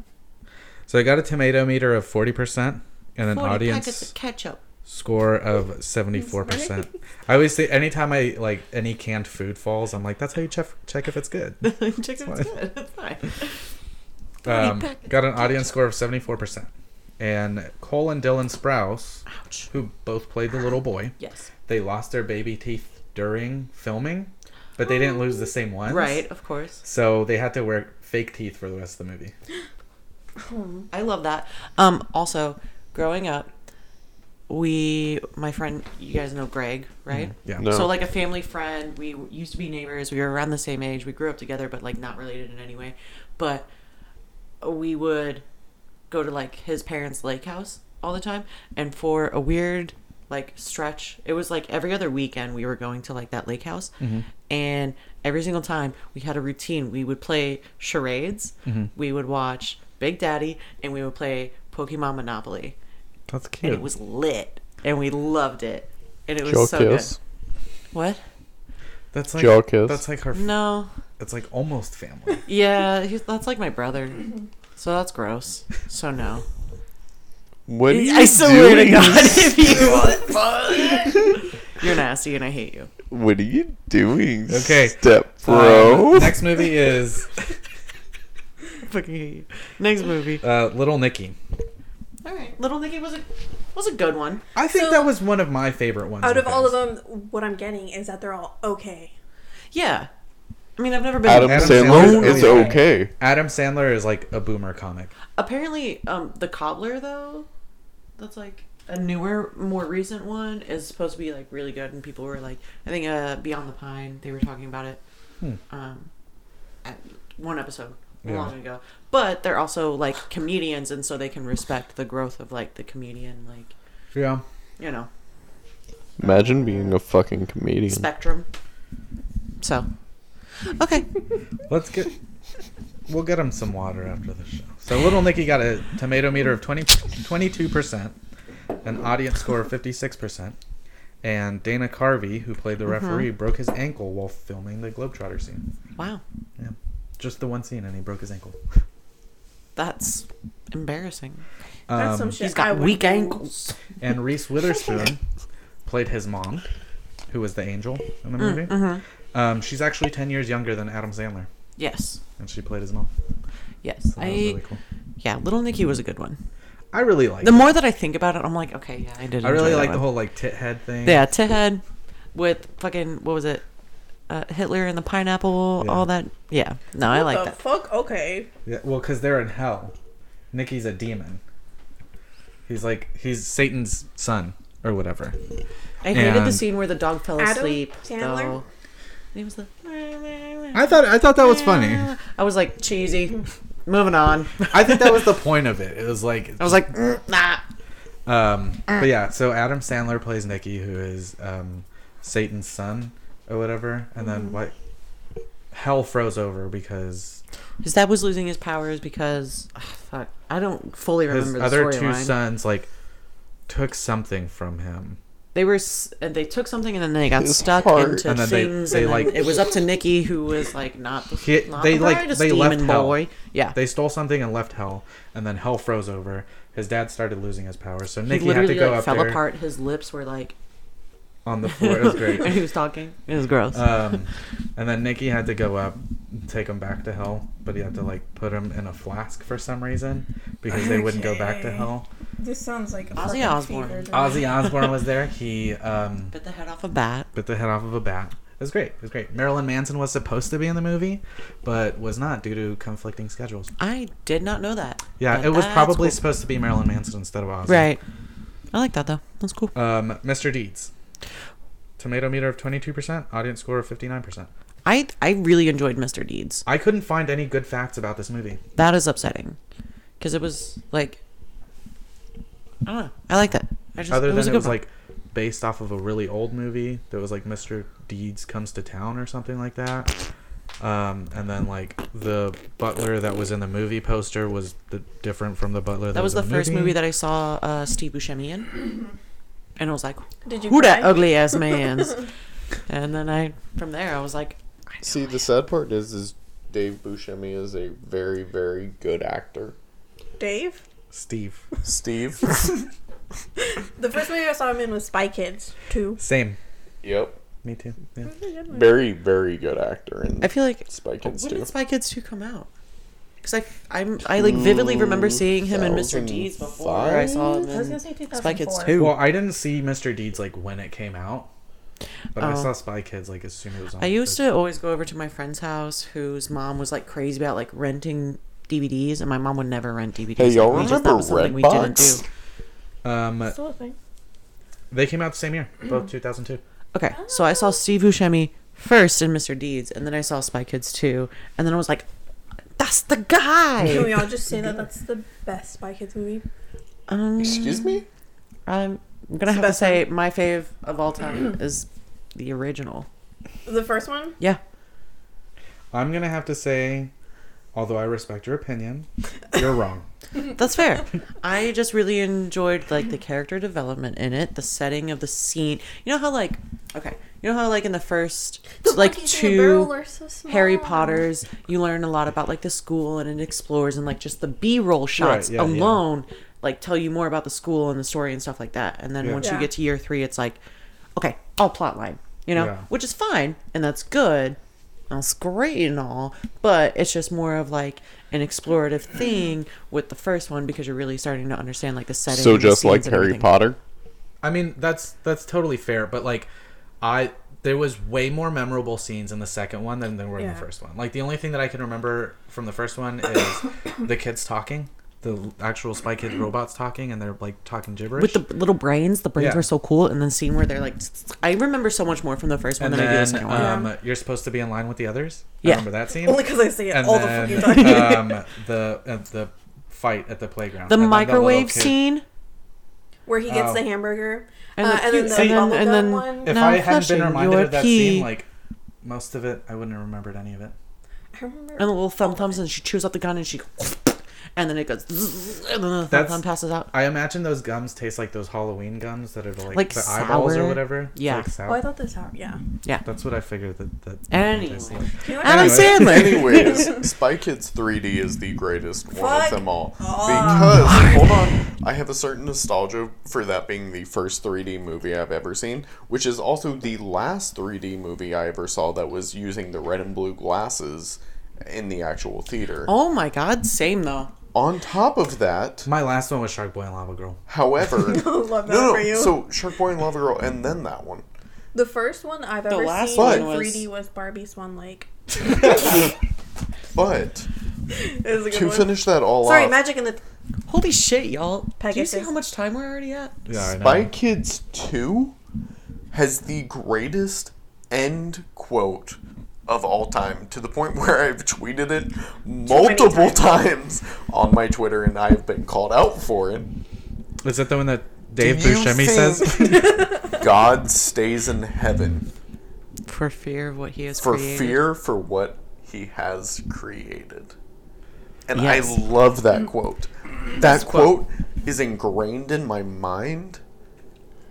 so I got a tomato meter of 40% and an 40 audience packets of ketchup. score of 74%. I always say, anytime I like any canned food falls, I'm like, that's how you check, check if it's good. Check if it's good. It's fine. Um, got an audience score of 74%. And Cole and Dylan Sprouse, Ouch. who both played the little boy, Yes. they lost their baby teeth during filming, but they didn't lose the same ones. Right. Of course. So they had to wear fake teeth for the rest of the movie. I love that. Um, also, growing up, we, my friend, you guys know Greg, right? Yeah. No. So like a family friend, we used to be neighbors. We were around the same age. We grew up together, but like not related in any way. But we would go to like his parents' lake house all the time, and for a weird like stretch, it was like every other weekend we were going to like that lake house, and every single time we had a routine. We would play charades. We would watch Big Daddy, and we would play Pokemon Monopoly, That's and cute. it was lit, and we loved it, and it was Jaw so Kiss. good. What? that's like Jaw kiss. that's like her. No. That's like almost family. Yeah, he's, that's like my brother. So that's gross. So no. What are I you swear to doing? God, if you, you're nasty and I hate you. What are you doing? Okay. Step Um, bro. next movie is I fucking hate you. Next movie. uh, Little Nicky. All right, Little Nicky was a was a good one. I think So- that was one of my favorite ones. Out in of all of past. them, what I'm getting is that they're all okay. Yeah. I mean, I've never been. Adam, Adam Sandler Sandler is is okay. Adam Sandler is like a boomer comic. Apparently, um, the cobbler though, that's like a newer, more recent one is supposed to be like really good, and people were like, I think uh, Beyond the Pine, they were talking about it, um, at one episode long Hmm. Yeah. ago. But they're also like comedians, and so they can respect the growth of like the comedian, like Yeah. you know, Imagine being a fucking comedian. spectrum. So, okay, Let's get. We'll get him some water after the show. So Little Nicky got a tomato meter of 20, 22%, an audience score of 56%, and Dana Carvey, who played the Mm-hmm. referee, broke his ankle while filming the Globetrotter scene. wow, Just the one scene, and he broke his ankle. that's embarrassing. That's some Um, shit. He's got I would weak do. ankles. and Reese Witherspoon played his mom, who was the angel in Mm, the movie. mm-hmm. Um, she's actually 10 years younger than Adam Sandler, Yes, and she played his mom. yes, So I that was really cool. yeah, Little Nicky was a good one. I really like. The more that I think about it, I'm like, okay, yeah, I did. I really enjoy that like the one. whole like tit head thing. yeah, Ted with fucking what was it, uh, Hitler and the pineapple, Yeah. all that. Yeah, no, I like the that. fuck? Okay. Yeah, well, because they're in hell. Nikki's a demon. He's like he's Satan's son or whatever. I hated the And- scene where the dog fell Adam asleep. Sandler? Though. He was like, I thought I thought that was funny. I was like cheesy. Moving on. I think that was the point of it. It was like I was like, uh. mm, nah. um but yeah, so Adam Sandler plays Mm-hmm. Nikki who is um Satan's son or whatever and then what hell froze over because His dad was losing his powers because ah, fuck. I don't fully his remember the other two storyline. sons like took something from him. they were s- and they took something and then they got His stuck heart. into And then they- things. they, and then like- it was up to Nikki, who was like not the He- not they, the like, brightest they left demon hell. boy. Yeah, They stole something and left hell, and then hell froze over. His dad started losing his powers, so he Nikki had literally to go like, up fell there apart. His lips were like on the floor. It was great. when he was talking. It was gross. um, and then Nikki had to go up, take him back to hell, but he had to like put him in a flask for some reason because they wouldn't go back to Okay. hell. This sounds like a Ozzy fucking Osbourne. fever dream. Ozzy Osbourne was there. He um, Bit the head off a bat. bit the head off of a bat. It was great. It was great. Marilyn Manson was supposed to be in the movie, but was not due to conflicting schedules. I did not know that. Yeah, But it was that's probably cool. supposed to be Marilyn Manson instead of Ozzy. right. I like that though. That's cool. Um, Mr. Deeds. Tomato meter of 22%, audience score of 59%. I I really enjoyed Mr. Deeds. I couldn't find any good facts about this movie. That is upsetting, because it was like I don't know. I like that. I just Other it was than a it was good one. like based off of a really old movie that was like Mr. Deeds Comes to Town or something like that. Um, and then like the butler that was in the movie poster was the, different from the butler that, that was the in first movie that I saw uh, Steve Buscemi in, and I was like, Did you "Who that cry? ugly ass man's?" and then I from there I was like, See, the sad part is, is Dave Buscemi is a very, very good actor. Dave? Steve. Steve. The first movie I saw him in was Spy Kids 2. Same. yep. Me too. Yeah. Very, very good actor in I feel like Spy Kids when 2. did Spy Kids two come out? Because I I'm, I like vividly remember seeing him in Mr. Deeds before I saw him. I was In gonna say 2004. Spy Kids two. Well, I didn't see Mr. Deeds like when it came out, but I Oh. saw Spy Kids like as soon as it was on. I used the- to always go over to my friend's house whose mom was like crazy about like renting DVDs and my mom would never rent DVDs. Hey, y'all Like, we just- that remember was something we Redbox? didn't do. Um, Still a thing. they came out the same year, both 2002. Okay, so I saw Steve Buscemi first in Mr. Deeds and then I saw Spy Kids 2 and then I was like that's the Can guy. we all just say that that's the best Spy Kids movie? Um, Excuse me? I'm going to have to say my fave of all time is the original. The first one? Yeah. I'm gonna have to say, although I respect your opinion, you're wrong. That's fair. I just really enjoyed like the character development in it, the setting of the scene. You know how like okay, you know how like in the first like two Harry Potter's, you learn a lot about like the school and it explores and like just the B-roll shots Right, yeah, yeah. alone like tell you more about the school and the story and stuff like that. And then Yeah. once you Yeah. get to year 3, it's like okay, all plot line, you know, Yeah. which is fine and that's good. That's great and all, but it's just more of like an explorative thing with the first one because you're really starting to understand like the setting. So and the just like scenes and Harry everything. Potter? I mean, that's that's totally fair, but like, I there was way more memorable scenes in the second one than there were in Yeah. the first one. Like the only thing that I can remember from the first one is the kids talking, the actual Spy Kids robots talking, and they're like talking gibberish. With the little brains, the brains Yeah. were so cool, and then seeing where they're like, I remember so much more from the first one and than I do the then second one. um, you're supposed to be in line with the others. Yeah. I remember that scene? Only because I say it and all then the fucking time. um, the uh, the fight at the playground. the And then little microwave kid- scene. Where he gets Oh. the hamburger. And the uh, and then cute- the See, and- bubblegum and then- one. If Now I I'm hadn't flushing been reminded your of that pee. scene, like most of it, I wouldn't have remembered any of it. I remember. And the little thumb thumbs, and she chews up the gun, and she, and then it goes, zzz, and then the thumb That's- thumb passes out. I imagine those gums taste like those Halloween gums that are like, Like the eyeballs sour? or whatever. Yeah. Like sour. oh, I thought this out. Yeah. That's what I figured that. that Anyway. that- Adam Anyway. Sandler. Anyways, Spy Kids 3D is the greatest one Fuck of them all. Because, hold on, I have a certain nostalgia for that being the first 3D movie I've ever seen, which is also the last 3D movie I ever saw that was using the red and blue glasses in the actual theater. Oh my God, same though. On top of that, My last one was Shark Boy and Lava Girl. however, no, Love that no, for you. so Sharkboy and Lava Girl, and then that one. the first one I've ever last seen in one was- 3D was Barbie Swan Lake. But It was a good to one. finish that all Sorry, off, Magic and the Holy shit, y'all! Do you see Pegasus. how much time we're already at? Yeah, I know. Spy Kids 2 has the greatest end quote of all time to the point where I've tweeted it multiple times. on my Twitter and I've been called out for it. Is that the one that Dave Do you Buscemi think says? God stays in heaven For fear of what he has for created. fear for what he has created. And Yes. I love that quote. That quote is ingrained in my mind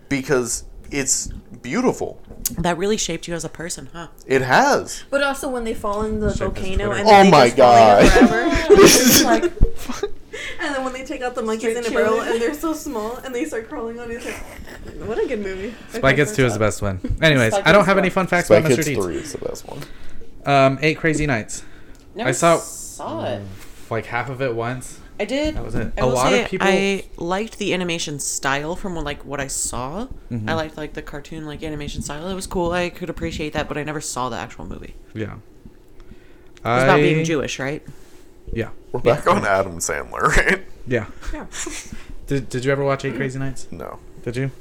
because it's beautiful. That really shaped you as a person, huh? It has. But also when they fall in the Check his volcano Twitter. and Oh then they my just fall in it God. forever. This is like, and then when they take out the monkeys in a barrel and they're so small and they start crawling on each other. What a good movie. Spy Kids 2 is the best one. Anyways, I don't have any fun facts Spy about Mr. Kids Deeds. 3 is the best one. Um, Eight Crazy Nights. Never I saw- saw it. Like half of it once. Mm. I did. That was it. I A will lot of say people- I liked the animation style from what, like what I saw. Mm-hmm. I liked like the cartoon like animation style. It was cool. I could appreciate that, but I never saw the actual movie. Yeah. It's about being Jewish, right? Yeah. We're back on Adam Sandler, right? Yeah. did, did you ever watch Eight Crazy Nights? No. Did you?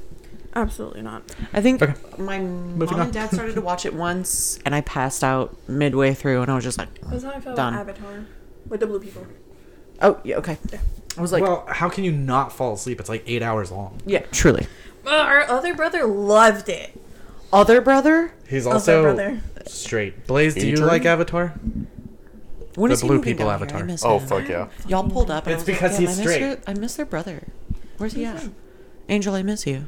Absolutely not. I think Okay. my mom on. and dad started to watch it once, and I passed out midway through, and I was just like, That's how I felt Done. about Avatar with the blue people. "Oh, yeah, okay." I was like, well, how can you not fall asleep? It's like eight hours long. "Yeah, truly." But our other brother loved it. Other brother? He's Other also brother. straight. Blaze, do you Adrian? like Avatar? When The is he Blue moving People down Avatar. Here? I miss Oh, him. fuck yeah. Y'all pulled up. And It's I was like, because "Damn, he's I miss straight." Your, I miss their brother. Where's he at? Angel, I miss you.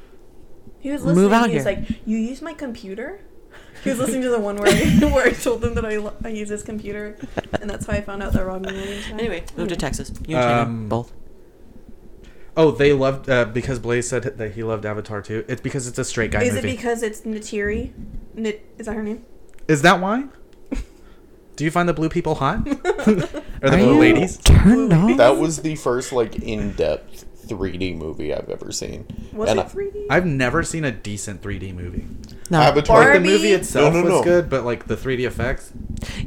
He was Move listening. out he was here. like, "You use my computer." He was listening to the one where I, where I told him that I, lo- I use his computer, and that's how I found out that Robin Williams. died. Anyway, moved to Texas. You and China, Um, both. Oh, they loved uh, because Blaze said that he loved Avatar too. It's because it's a straight guy is movie. it because it's Natiri? Nat- is that her name? Is that why? Do you find the blue people hot? or the Are blue you ladies? Turned on. That was the first, like, in depth 3D movie I've ever seen. Was And it 3D? I've never seen a decent 3D movie. no, Avatar. Like the Barbie? movie itself No, no, was no. good, but like the 3D effects.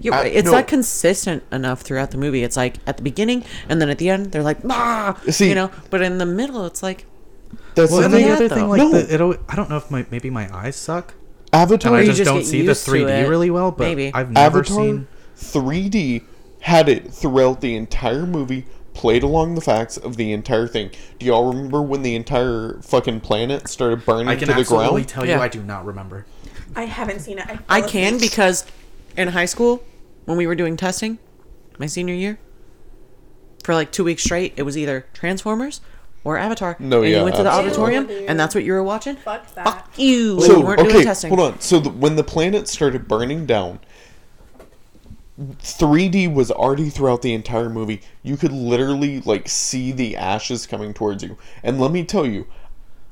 You're Uh, right. It's no. not consistent enough throughout the movie. It's like at the beginning and then at the end, they're like, ah, See- you know. But in the middle, it's like, That's Well, the and the thing. yeah, other thing, though. like No. the, it'll, I don't know if my, maybe my eyes suck and Avatar I you just, just don't get see the used to 3D it. really well. But Maybe. I've never Avatar seen. 3D had it throughout the entire movie, played along the facts of the entire thing. Do y'all remember when the entire fucking planet started I burning to can the absolutely ground? tell you, Yeah. I do not remember. I haven't seen it. I, fell I can asleep. because in high school, when we were doing testing, my senior year, for like two weeks straight, it was either Transformers or Avatar. No, and yeah, you went to the absolutely. auditorium, and that's what you were watching. Fuck that. Fuck you. we so weren't doing okay, testing. hold on. So the, when the planet started burning down, 3D was already throughout the entire movie. You could literally like see the ashes coming towards you. And let me tell you,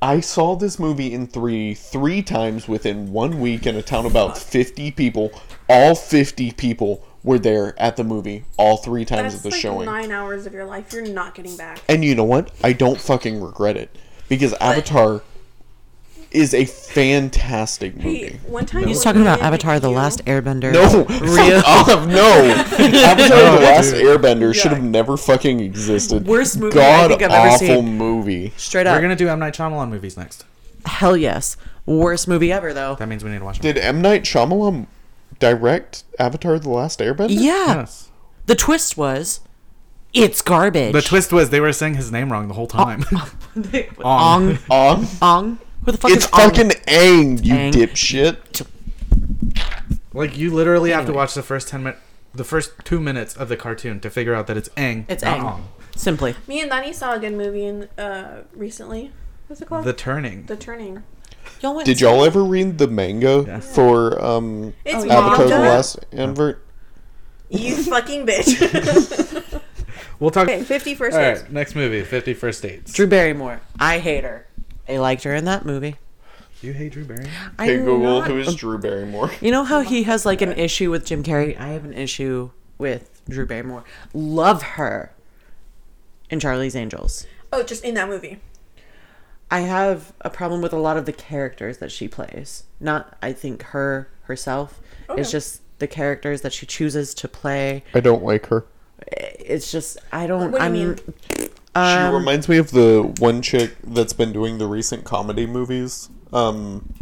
I saw this movie in 3 3 times within 1 week in a town of about 50 people. All 50 people were there at the movie all 3 times That's of the like showing. nine hours of your life you're not getting back. And you know what? I don't fucking regret it because Avatar is a fantastic movie. Hey, one time He's when talking we about did Avatar: The queue- Last Airbender. No, fuck off, no. Avatar: The Last Airbender should have Yeah. never fucking existed. Worst movie I think I've ever awful seen. movie. Straight up, Uh, We're gonna do M Night Shyamalan movies next. hell yes. Worst movie ever, though. That means we need to watch them. Did M Night Shyamalan direct Avatar: The Last Airbender? Yeah. Yes. The twist was, it's garbage. The twist was they were saying his name wrong the whole time. Ong. Ong? Ong. Who the fuck Um, It's is Ong? fucking Aang, you Aang. dipshit. like you literally have to Anyway. watch the first ten minutes, the first two minutes of the cartoon to figure out that it's Aang. It's not Aang. Ong. Simply. Me and Nani saw a good movie in, uh, recently. What's it called? The The, Turning. Turning. Y'all went Did y'all ever read the manga for um, It's Avatar: The manga. Last Invert? You fucking bitch. we'll talk. okay, 50 first All dates. right, next movie, Fifty First Dates. Drew Barrymore. I hate her. I liked her in that movie. You hate Drew Barry? I Hey Google, not- who is Drew Barrymore? You know how he has like an issue with Jim Carrey? I have an issue with Drew Barrymore. Love her in Charlie's Angels. Oh, just in that movie. I have a problem with a lot of the characters that she plays. Not, I think, her herself. It's just the characters that she chooses to play. I don't like her. It's just, I um, don't. What do you I'm, mean? Um, She reminds me of the one chick that's been doing the recent comedy movies. Um,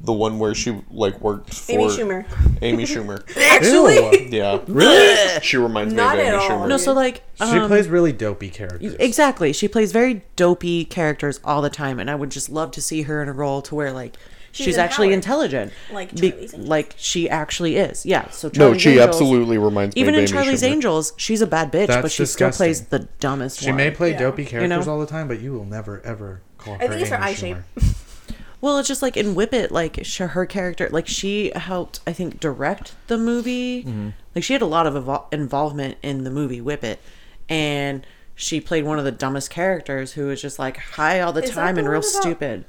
the one where she like worked for Amy Schumer. Amy Schumer. Actually, Yeah, really. She reminds Not me of at Amy all. Schumer. No, so like. She um, plays really dopey characters. Exactly. She plays very dopey characters all the time, and I would just love to see her in a role to where like She's, She's actually empowered. intelligent. Like Charlie's Angels. like she actually is. Yeah. So No, Charlie's she Angels- absolutely reminds me. Even of in Amy Charlie's Schumer. Angels, she's a bad bitch, That's but she disgusting. still plays the dumbest She one. may play Yeah. dopey know? characters all the time, but you will never ever call her. think it's her Amy eye Schumer. shape. Well, it's just like in Whippet, like sh- her character, like she helped, I think, direct the movie. Like she had a lot of evol- involvement in the movie Whippet, and she played one of the dumbest characters who was just like high all the Is that time the and real one about- stupid.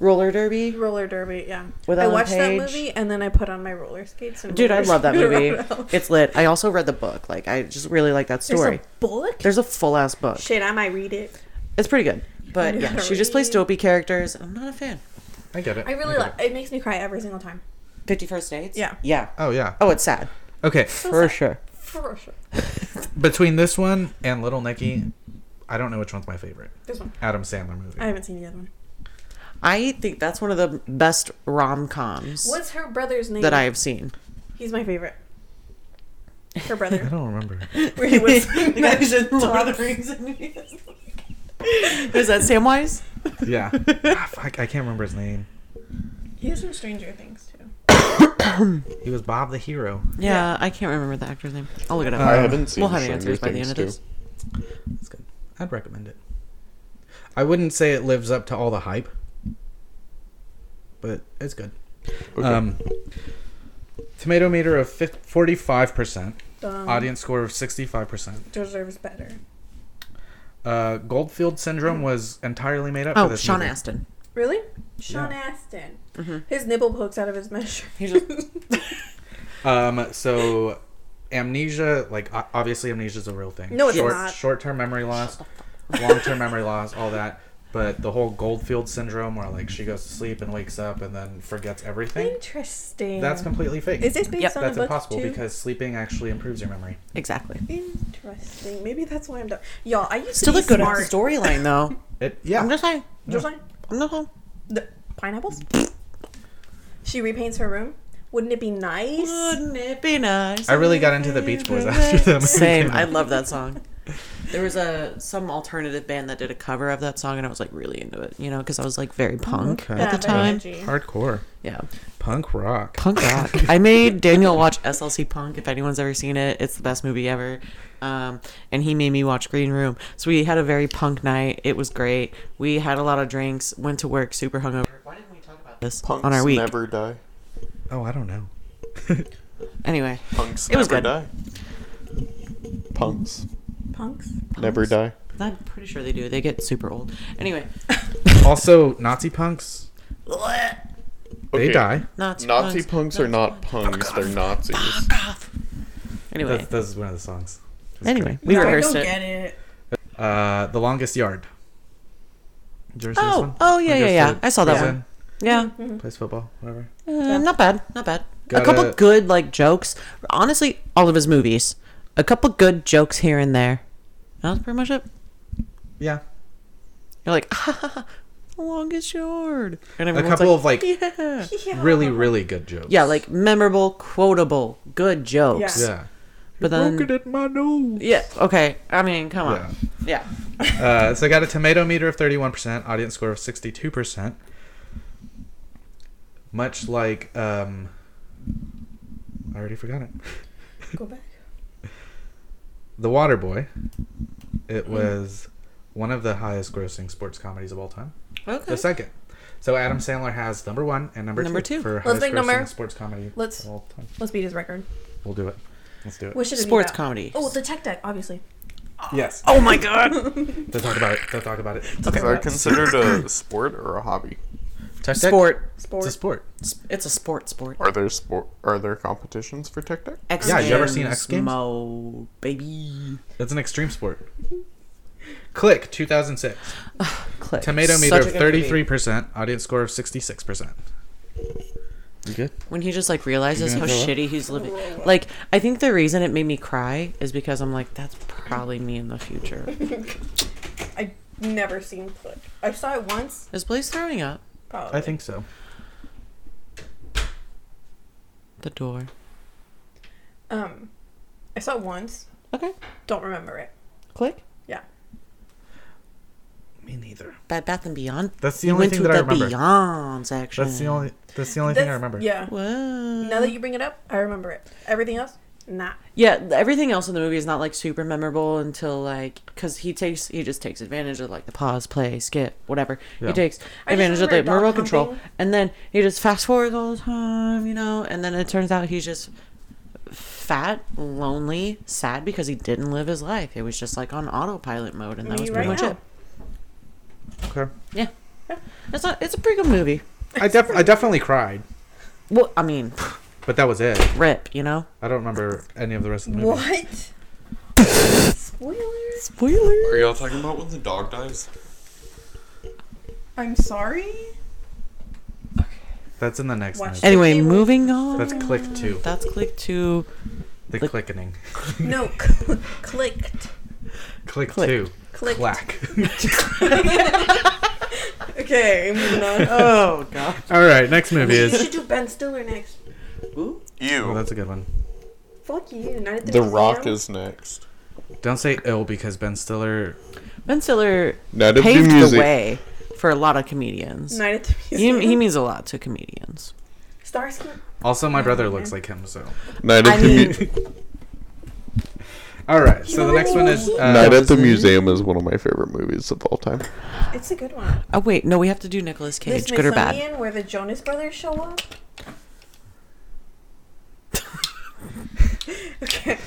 Roller derby. Roller derby, yeah. With I Ellen watched that Page. movie and then I put on my roller skates. And Dude, I roller love that skated movie. around. It's lit. I also read the book. Like I just really like that There's story. a book. There's a full ass book. Shit, I might read it. It's pretty good. But yeah, gotta she just plays read. dopey characters. I'm not a fan. I get it. I really get like. It makes me cry every single time. Fifty First Dates. Yeah. Yeah. it. Oh yeah. Oh, it's sad Okay. for sure. For sure. Between this one and Little Nicky, I don't know which one's my favorite. This one. Adam Sandler movie. I haven't seen the other one. I think that's one of the best rom coms What's her brother's name? that I have seen. He's my favorite. Her I brother. don't remember. Where he was- Is that Samwise? yeah. Ah, fuck, I can't remember his name. he was from Stranger Things too. He was Bob the Hero. Yeah, I can't remember the actor's name. I'll look it up. I haven't seen we'll have Stranger answers by the Things end of too. this. It's good. I'd recommend it. I wouldn't say it lives up to all the hype, but it's good. Um, tomato meter of forty-five percent. Oh. Dumb. Audience score of sixty-five percent. Um, deserves better. Uh, Goldfield syndrome was entirely made up. for Hmm. Oh, this Sean movie. Astin. Really? Sean Astin. His nibble pokes out of his mesh. Mm-hmm. He just- Um, so amnesia, like o- obviously amnesia is a real thing. No, it's Short, not. Short-term memory loss, long-term memory loss, all that. But the whole Goldfield syndrome, where like she goes to sleep and wakes up and then forgets everything, Interesting. that's completely fake. Is this based Yep. on that's a book impossible too? because sleeping actually improves your memory. exactly. Interesting. Maybe that's why I'm done. Y'all, I used Still to a be good smart. storyline though. It yeah. I'm just saying. Just like I'm not home. the pineapples. She repaints her room. Wouldn't it be nice? Wouldn't it be nice? I really got into the Beach Boys after them. Same. I love that song. There was a some alternative band that did a cover of that song, and I was like really into it, you know, because I was like very punk Oh, okay. at Yeah, the very time. edgy. hardcore Yeah, punk rock. punk rock. I made Daniel watch SLC Punk. If anyone's ever seen it, it's the best movie ever. Um, and he made me watch Green Room. So we had a very punk night. It was great. We had a lot of drinks. Went to work super hungover. Why didn't we talk about this Punks on our week? never die. Oh, I don't know. Anyway, Punks It was never good. die. Punks Punks. never die. I'm pretty sure they do. They get super old. Anyway, Also, Nazi punks, they Okay, die. Nazi, Nazi punks. punks are not punks. They're Nazis. Anyway, That's, that's one of the songs. anyway, we I rehearsed don't it. get it. Uh, the longest yard. Did you ever see this Oh, one? oh, yeah, When he yeah, goes yeah. to I saw that prison, Yeah, Plays football, whatever. Uh, not bad, not bad. Gotta- a couple good like jokes. Honestly, all of his movies, a couple good jokes here and there. That was pretty much it. Yeah, You're like, ah, ha, ha, the longest yard, and a everyone's couple of like like, yeah, really, really good jokes. yeah, like memorable, quotable, good jokes. Yeah. yeah. But then, Broken at my nose. yeah, okay. I mean, come Yeah. on, yeah. Uh, so I got a tomato meter of 31%, audience score of 62%. Much like, um, I already forgot it. Go back. The Water Boy. Mm. It was one of the highest grossing sports comedies of all time. Okay. The second. So Adam Sandler has number one and number, Number two, two. for Let's highest make grossing number- sports comedy let's- of all time. Let's beat his record. We'll do it. Let's do it. What should it be Sports about? comedy. Oh, the tech deck, obviously. yes. Oh my god. They'll talk about it. They'll talk about it. Is that considered a sport or a hobby? Tech Deck? sport. It's Sports. a sport. It's a sport. Sport. Are there sport? Are there competitions for Tech Deck? X Yeah, you ever seen X Games? Mo, baby. It's an extreme sport. Click 2006. Click. Tomato Such meter a of good movie. 33%, audience score of 66%. You good? when he just like realizes how shitty he's living. Like, I think the reason it made me cry is because I'm like, that's probably me in the future. I've never seen Click. I saw it once. Is Blaze throwing up Probably. I think so. the door? Um, I saw it once. Okay. Don't remember it. Click. Yeah. Me either. Bad Bath and Beyond. That's the You only went thing to that I the remember. Beyond section. That's the only. That's the only thing I That's- remember. Yeah. Whoa. Now that you bring it up, I remember it. Everything else, nah. Yeah, th- everything else in the movie is not like super memorable until like because he takes he just takes advantage of like the pause, play, skip, whatever. Yeah. He takes I just advantage of the remember dog remote control, humping. and then he just fast forwards all the time, you know. And then it turns out he's just fat, lonely, sad because he didn't live his life. It was just like on autopilot mode, and that Me was right pretty much now. it. Okay. Yeah, it's not. It's a pretty good movie. I def- I definitely cried, Well, I mean, but that was it. rip, you know. I don't remember any of the rest of the movie. What? Spoilers? Spoiler. Are y'all talking about when the dog dies? I'm sorry? That's in the next Watch movie. it. Anyway, They were- moving on. That's click two. That's click two. The click- clickening. No, cl- clicked. Click, Click. two. Clicked. Clack. Okay, moving on. Oh god. All right, next movie you is. should do Ben Stiller next. You. Oh, that's a good one. Fuck you. Not at the the Rock museum. is next. Don't say ill because Ben Stiller. Ben Stiller Not at paved the the music. way for a lot of comedians. Night at the He, museum. he means a lot to comedians. Starsky. Also, my brother looks like him, so. Night at I the mean- mu- All right, so the next one is. Night Uh, at the Museum is one of my favorite movies of all time. It's a good one. Oh wait, no, we have to do Nicolas Cage, This good or bad. Smithsonian where the Jonas Brothers show up. okay.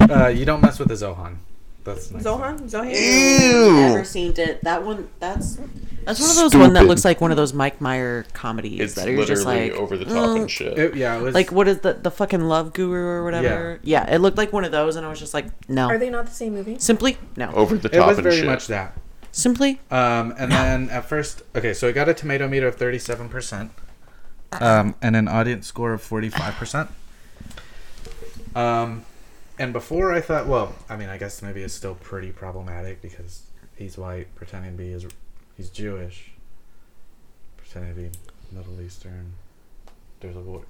uh, you don't mess with the Zohan. That's the next one. Zohan? Zohan? Ew. seen it. That one. That's that's one of those one that Stupid. looks like one of those Mike Meyer comedies It's that are literally just like over the top "Mm." and shit. It- yeah, it was. like what is the the fucking Love Guru or whatever? Yeah. it looked like one of those, and I was just like, no, Are they not the same movie? simply no, over the it top was and very shit. much that. simply Um, and then at first, okay, so it got a tomato meter of 37%, um, and an audience score of 45%. Um, and before I thought, well, I mean, I guess the movie is still pretty problematic because he's white, pretending to be his, he's Jewish, pretending to be Middle Eastern. There's a war.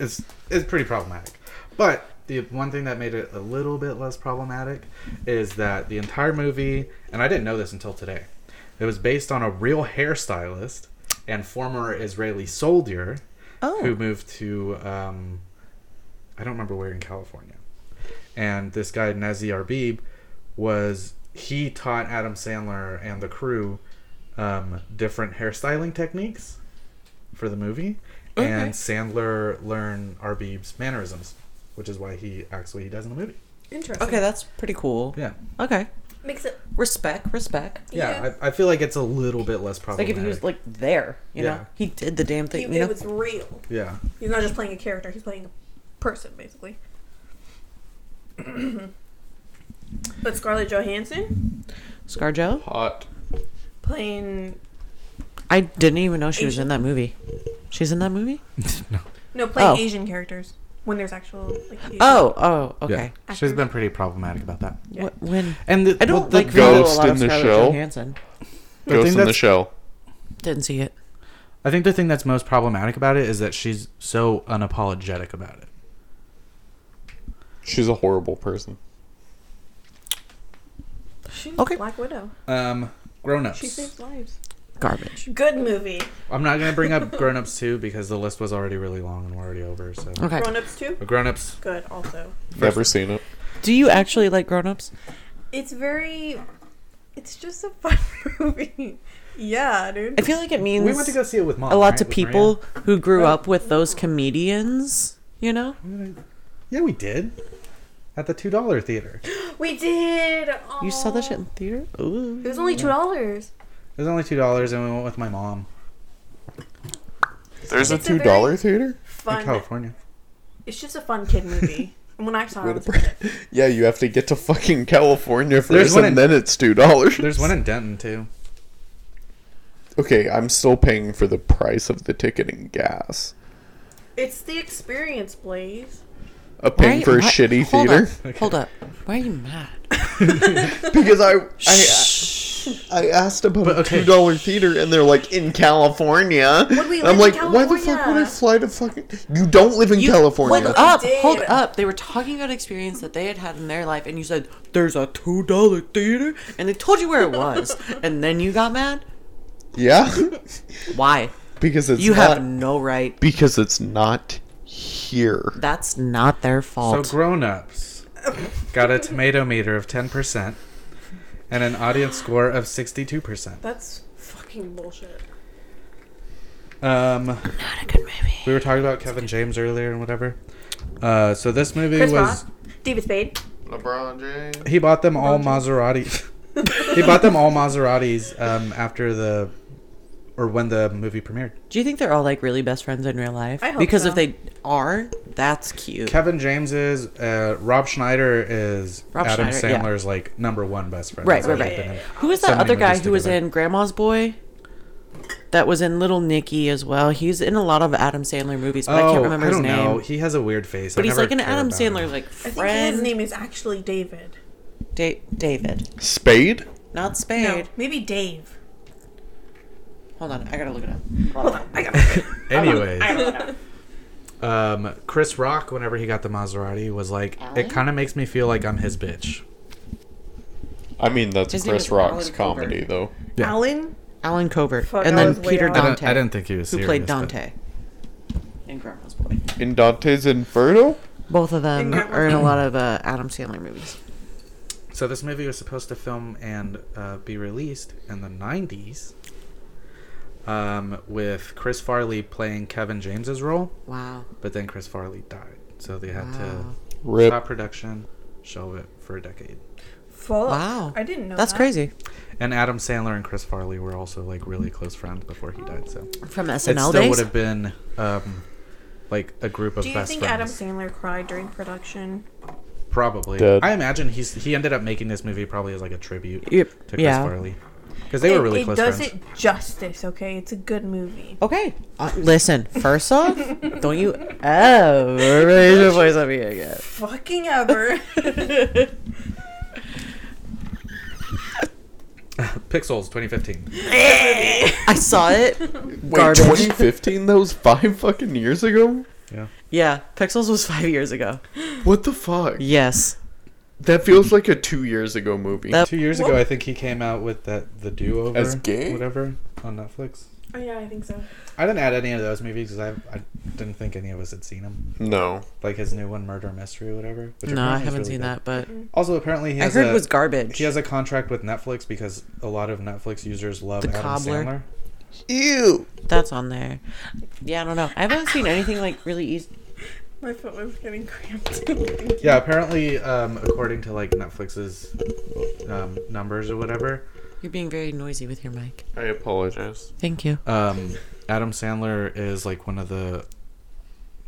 It's it's pretty problematic. But the one thing that made it a little bit less problematic is that the entire movie, and I didn't know this until today, it was based on a real hairstylist and former Israeli soldier Oh. who moved to, um, I don't remember where in California. And this guy, Nazi Arbib, was, he taught Adam Sandler and the crew um, different hairstyling techniques for the movie, and Sandler learned Arbib's mannerisms, which is why he acts the way he does in the movie. Interesting. okay. That's pretty cool. Yeah, Okay, Makes it. respect, respect. yeah. Yeah. I, I feel like it's a little bit less Like problematic. if he was like there, you Yeah. know, he did the damn He, thing. You know, it was real. yeah, He's not just playing a character, he's playing a person, basically. but Scarlett Johansson ScarJo. Hot. playing. I didn't even know she was Asian. in that movie. She's in that movie. No, playing Oh. Asian characters when there's actual. Like, Asian- Oh, oh, okay. yeah. She's been pretty problematic about that. Yeah. Wh- when And the, I don't well, the, like the, follow Ghost in the Scarlett Shell. Johansson. the thing Ghost in the that's- Shell. Didn't see it. I think the thing that's most problematic about it is that she's so unapologetic about it. She's a horrible person. She's Okay. Black Widow. Um, grown She ups. saves lives. Garbage. Good movie. I'm not gonna bring up grown ups too because the list was already really long and we're already over. So, Okay. Grown Ups too. but grown ups. Good. Also, Never seen it. Do you actually like Grown Ups? it's very. It's just a fun movie. yeah, dude. I feel like it means We went to go see it with mom. a lot right? to With Maria. people who grew up with those comedians. You know, Yeah, we did. At the two dollar theater. It We did. Aw. you saw that shit in theater. It Ooh. was only two dollars. was only two dollars, and we went with my mom There's a a It's a two $2 very- dollar theater. in Fun. California. It's just a fun kid movie. And when I saw it, I was Yeah, you have to get to fucking California There's first, one and in- then it's two dollars. There's one in Denton too. Okay, I'm still paying for the price of the ticket and gas. It's the experience, Blaze. I'm paying Why- for a why- shitty hold theater Up, Hold up. Why are you mad? because I, I I asked about But, a okay. two dollar theater, and they're like in California. Would we And I'm live like, in why the fuck would I California?" fly to fucking? You don't live in California. Hold up, did. hold up. They were talking about experience that they had had in their life, and you said, "There's a two dollar theater," and they told you where it was, and then you got mad. Yeah, Why? because it's You not have no right. because it's not here. That's not their So fault. grown-ups got a tomato meter of 10% and an audience score of 62%. That's Fucking bullshit. Um, not a good movie. we were talking about Kevin James earlier and whatever. Uh, so this movie Chris was Rock, David Spade. LeBron James. he bought them all Maseratis. he bought them all Maseratis um, after the or when the movie premiered. Do you think they're all like really best friends in real life? I hope because if so. they are, that's cute. Kevin James is uh, Rob Schneider is Rob Adam Schneider, yeah. Sandler's like number one best friend. Right, He's right, always right. been in Who was so that many other guy movies who was together. in Grandma's Boy? That was in Little Nicky as well. He's in a lot of Adam Sandler movies, oh, but I can't remember his name. He has a weird face. But he's like an Adam Sandler like I think his friend. name is actually David. Da- David, Spade. not No, Spade. maybe Dave. Hold on, I gotta look it up. Anyways, um, Chris Rock, whenever he got the Maserati, was like, it kind of makes me feel like I'm his bitch. I mean, that's His name Chris is Alan Rock's Cooper. comedy, though. Yeah. Alan. Alan Covert, Fuck, and I then was way Peter off. I Dante, didn't, I didn't think he was who serious, played but- Dante in Grandma's Boy. In Dante's Inferno. Both of them In Grandma's are in a lot of uh, Adam Sandler movies. So this movie was supposed to film and uh, be released in the 90s um, with Chris Farley playing Kevin James's role, Wow. but then Chris Farley died. So they had Wow. to Rip. stop production, shelve it for a decade. Fuck. Wow. I didn't know. That's that. crazy. And Adam Sandler and Chris Farley were also like really close friends before he died. So From it SNL still days. would have been um, like a group of Do you best think friends. Adam Sandler cried during production? Probably. Dead. I imagine he's he ended up making this movie probably as like a tribute Yep. to Chris Yeah. Farley because they were It- really it close does friends. it justice, okay? It's a good movie. Okay. Uh, listen, first off, don't you ever raise your voice at me again. Fucking ever. Pixels 2015. I saw it. Wait, Garbage. 2015? That was five fucking years ago. Yeah. Yeah, Pixels was five years ago. What the fuck? Yes. That feels like a two years ago movie. That- Two years ago, I think he came out with that the do over As gay? whatever on Netflix. oh, yeah, I think so. I didn't add any of those movies because I, I didn't think any of us had seen them. no. Like his new one, Murder Mystery, or whatever. Which No, apparently I is haven't really seen good. that, but Also, apparently he I has heard a, it was garbage. he has a contract with Netflix because a lot of Netflix users love The Adam Cobbler. Sandler. Ew. That's on there. Yeah, I don't know. I haven't seen anything like really easy. My foot was getting cramped. Yeah, apparently, um, according to like Netflix's um, numbers or whatever, You're being very noisy with your mic. I apologize. Thank you. um, Adam Sandler is like one of the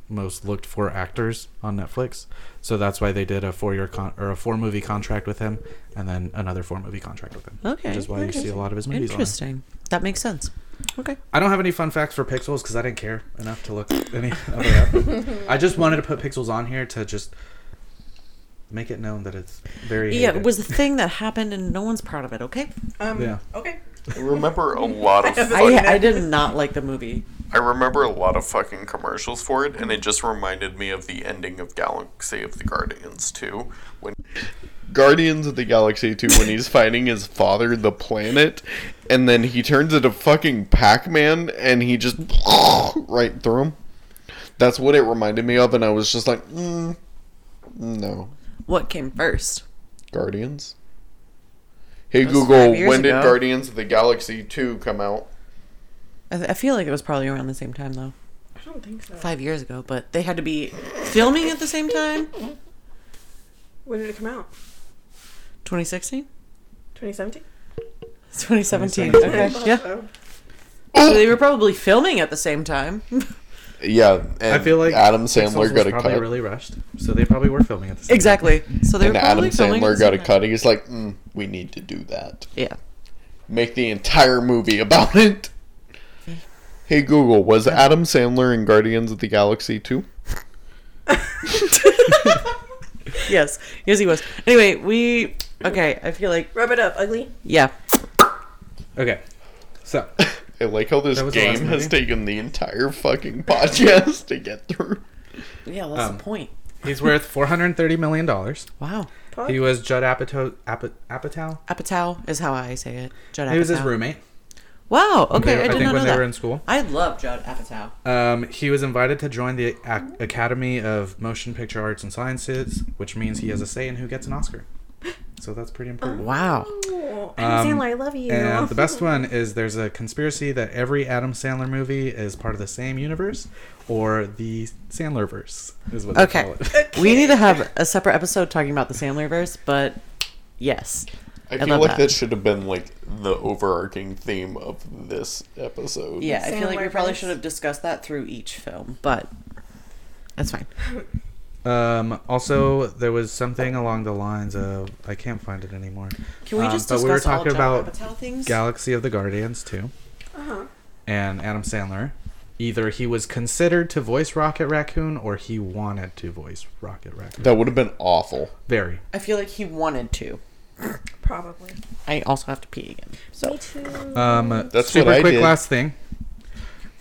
most looked for actors on Netflix. So that's why they did a four year con- or a four movie contract with him, and then another four movie contract with him. Okay. which is why you see a lot of his movies. On there. Interesting. That makes sense. Okay. I don't have any fun facts for Pixels because I didn't care enough to look any other up. I just wanted to put Pixels on here to just make it known that it's very Yeah, it hated. was a thing that happened and no one's proud of it, okay? Um, Yeah. Okay. I remember a lot of haven't fucking, I, I did not like the movie. I remember a lot of fucking commercials for it, and it just reminded me of the ending of Galaxy of the Guardians 2 when Guardians of the Galaxy 2 when he's fighting his father the planet and then he turns into fucking Pac-Man and he just right through him. That's what it reminded me of and I was just like, mm, no. What came first? Guardians. Hey was Google, five years when did ago. Guardians of the Galaxy 2 come out? I, th- I feel like it was probably around the same time, though. I don't think so. Five years ago, but they had to be filming at the same time? When did it come out? 2016? 2017? It's 2017. Okay. Yeah. So they were probably filming at the same time. Yeah, and I feel like Adam Pixels was Sandler got a probably cut. really rushed, so they probably were filming at the same exactly. So they and were Adam probably filming. at Sandler the got a same cut. He's like, mm, we need to do that. time. Yeah. Make the entire movie about it. Hey Google, was Adam Sandler in Guardians of the Galaxy 2? Yes. Yes, he was. Anyway, we. Okay, I feel like. Rub it up, ugly. Yeah. Okay. So I like how this That was the last game has movie? taken the entire fucking podcast to get through. Yeah, that's Um, the point. he's worth four hundred thirty million dollars. Wow. Pod- He was Judd Apatow. Apatow. Apatow? Apatow is how I say it. Judd Apatow. He was his roommate. Wow. Okay, They- I I did think not know when they that. were in school. I love Judd Apatow. Um, he was invited to join the Ac- Academy of Motion Picture Arts and Sciences, which means he has a say in who gets an Oscar. So that's pretty important. Wow. Oh, Adam Um, Sandler, I love you. And the best one is there's a conspiracy that every Adam Sandler movie is part of the same universe, or the Sandlerverse is what Okay. Uh, they call it. We need to have a separate episode talking about the Sandlerverse, but yes. I, I feel love like that. that. should have been like the overarching theme of this episode. Yeah, I feel like we probably Sandlerverse. should have discussed that through each film, but that's fine. Um, also, there was something along the lines of I can't find it anymore. Can we Um, just but discuss we were all talking Judd about Apatow things? Uh-huh. Galaxy of the Guardians too, and Adam Sandler. Either he was considered to voice Rocket Raccoon, or he wanted to voice Rocket Raccoon. That would have been awful. Very. I feel like he wanted to. Probably. I also have to pee again. So Me too. Um, That's super what I quick did. last thing.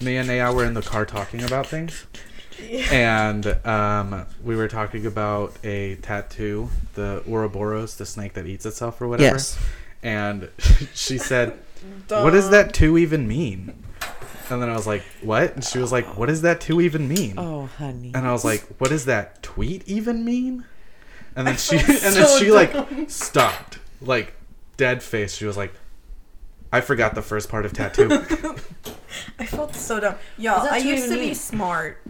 Me and Naya were in the car talking about things, and um, we were talking about a tattoo, the Ouroboros, the snake that eats itself or whatever. Yes. And she said, "What does that two even mean?" And then I was like, "What?" And she was like, "What does that two even mean?" Oh honey. And I was like, "What does that tweet even mean?" And then she and felt so then she dumb. like stopped, like dead face. She was like, "I forgot the first part of tattoo." I felt so dumb. Y'all, that I too used to be unique? smart.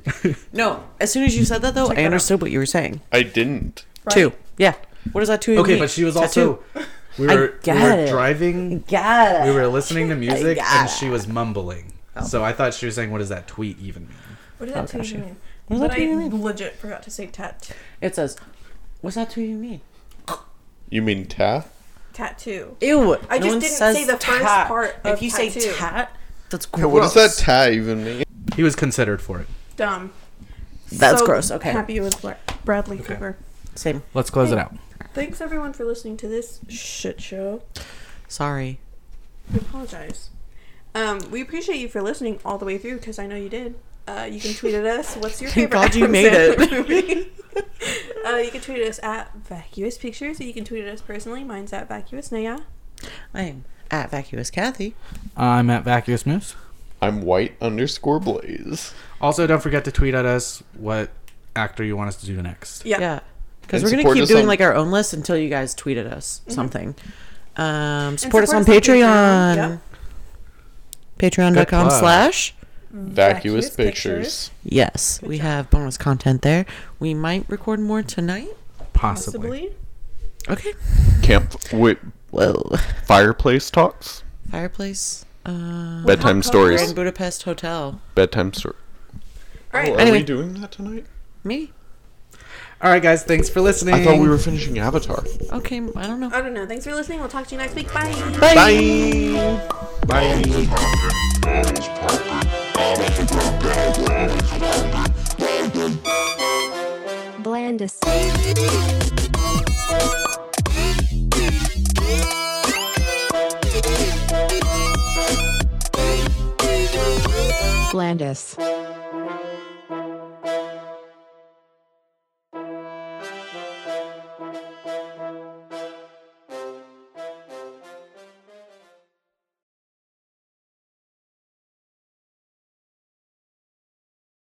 No. As soon as you said that though, Check that I out. understood what you were saying. I didn't. Right? Two. Yeah. What does that two okay, mean? but she was Tattoo. also we I were, we got were it. driving, Got we it. were listening to music, and it. she was mumbling. So I thought she was saying, "What does that tweet even mean?" What did that two gotcha. even mean? But does that I two even mean? legit forgot to say tat- It says, "What's that two you mean?" You mean tat? tattoo. I Ew. just one didn't says say the first tat. part If of you tattoo. say tat, that's gross. Yeah, What does that tat even mean? He was considered for it. Dumb. That's gross. Okay. Happy with Bra- Bradley Cooper. Same. Let's close it out. Thanks everyone for listening to this shit show. Sorry. We apologize. Um, we appreciate you for listening all the way through because I know you did. Uh, you can tweet at us. What's your Thank favorite? God you Adam made it. Sandler movie? uh, you can tweet at us at vacuous pictures. You can tweet at us personally. Mine's at vacuous naya. I'm at vacuous Kathy. I'm at Vacuous Moose. I'm white underscore blaze. Also, don't forget to tweet at us what actor you want us to do next. Yeah. Yeah. Because And we're gonna support keep us doing on- like our own list until you guys tweet at us something. Um, support, us on Mm-hmm. support us on Patreon. Patreon. Yep. Good Patreon.com plug. slash Vacuous, Vacuous pictures. yes. we have bonus content there. We might record more tonight. Possibly. Possibly. Okay. Camp with Whoa. fireplace talks. Fireplace. Uh, Bedtime Hot stories. cocoa. Budapest Hotel. Bedtime stories. All right. Oh, Are Anyway. we doing that tonight? Me. All right, guys. Thanks for listening. I thought we were finishing Avatar. Okay. I don't know. I don't know. Thanks for listening. We'll talk to you next week. Bye. Bye. Bye. Blandis. Blandis.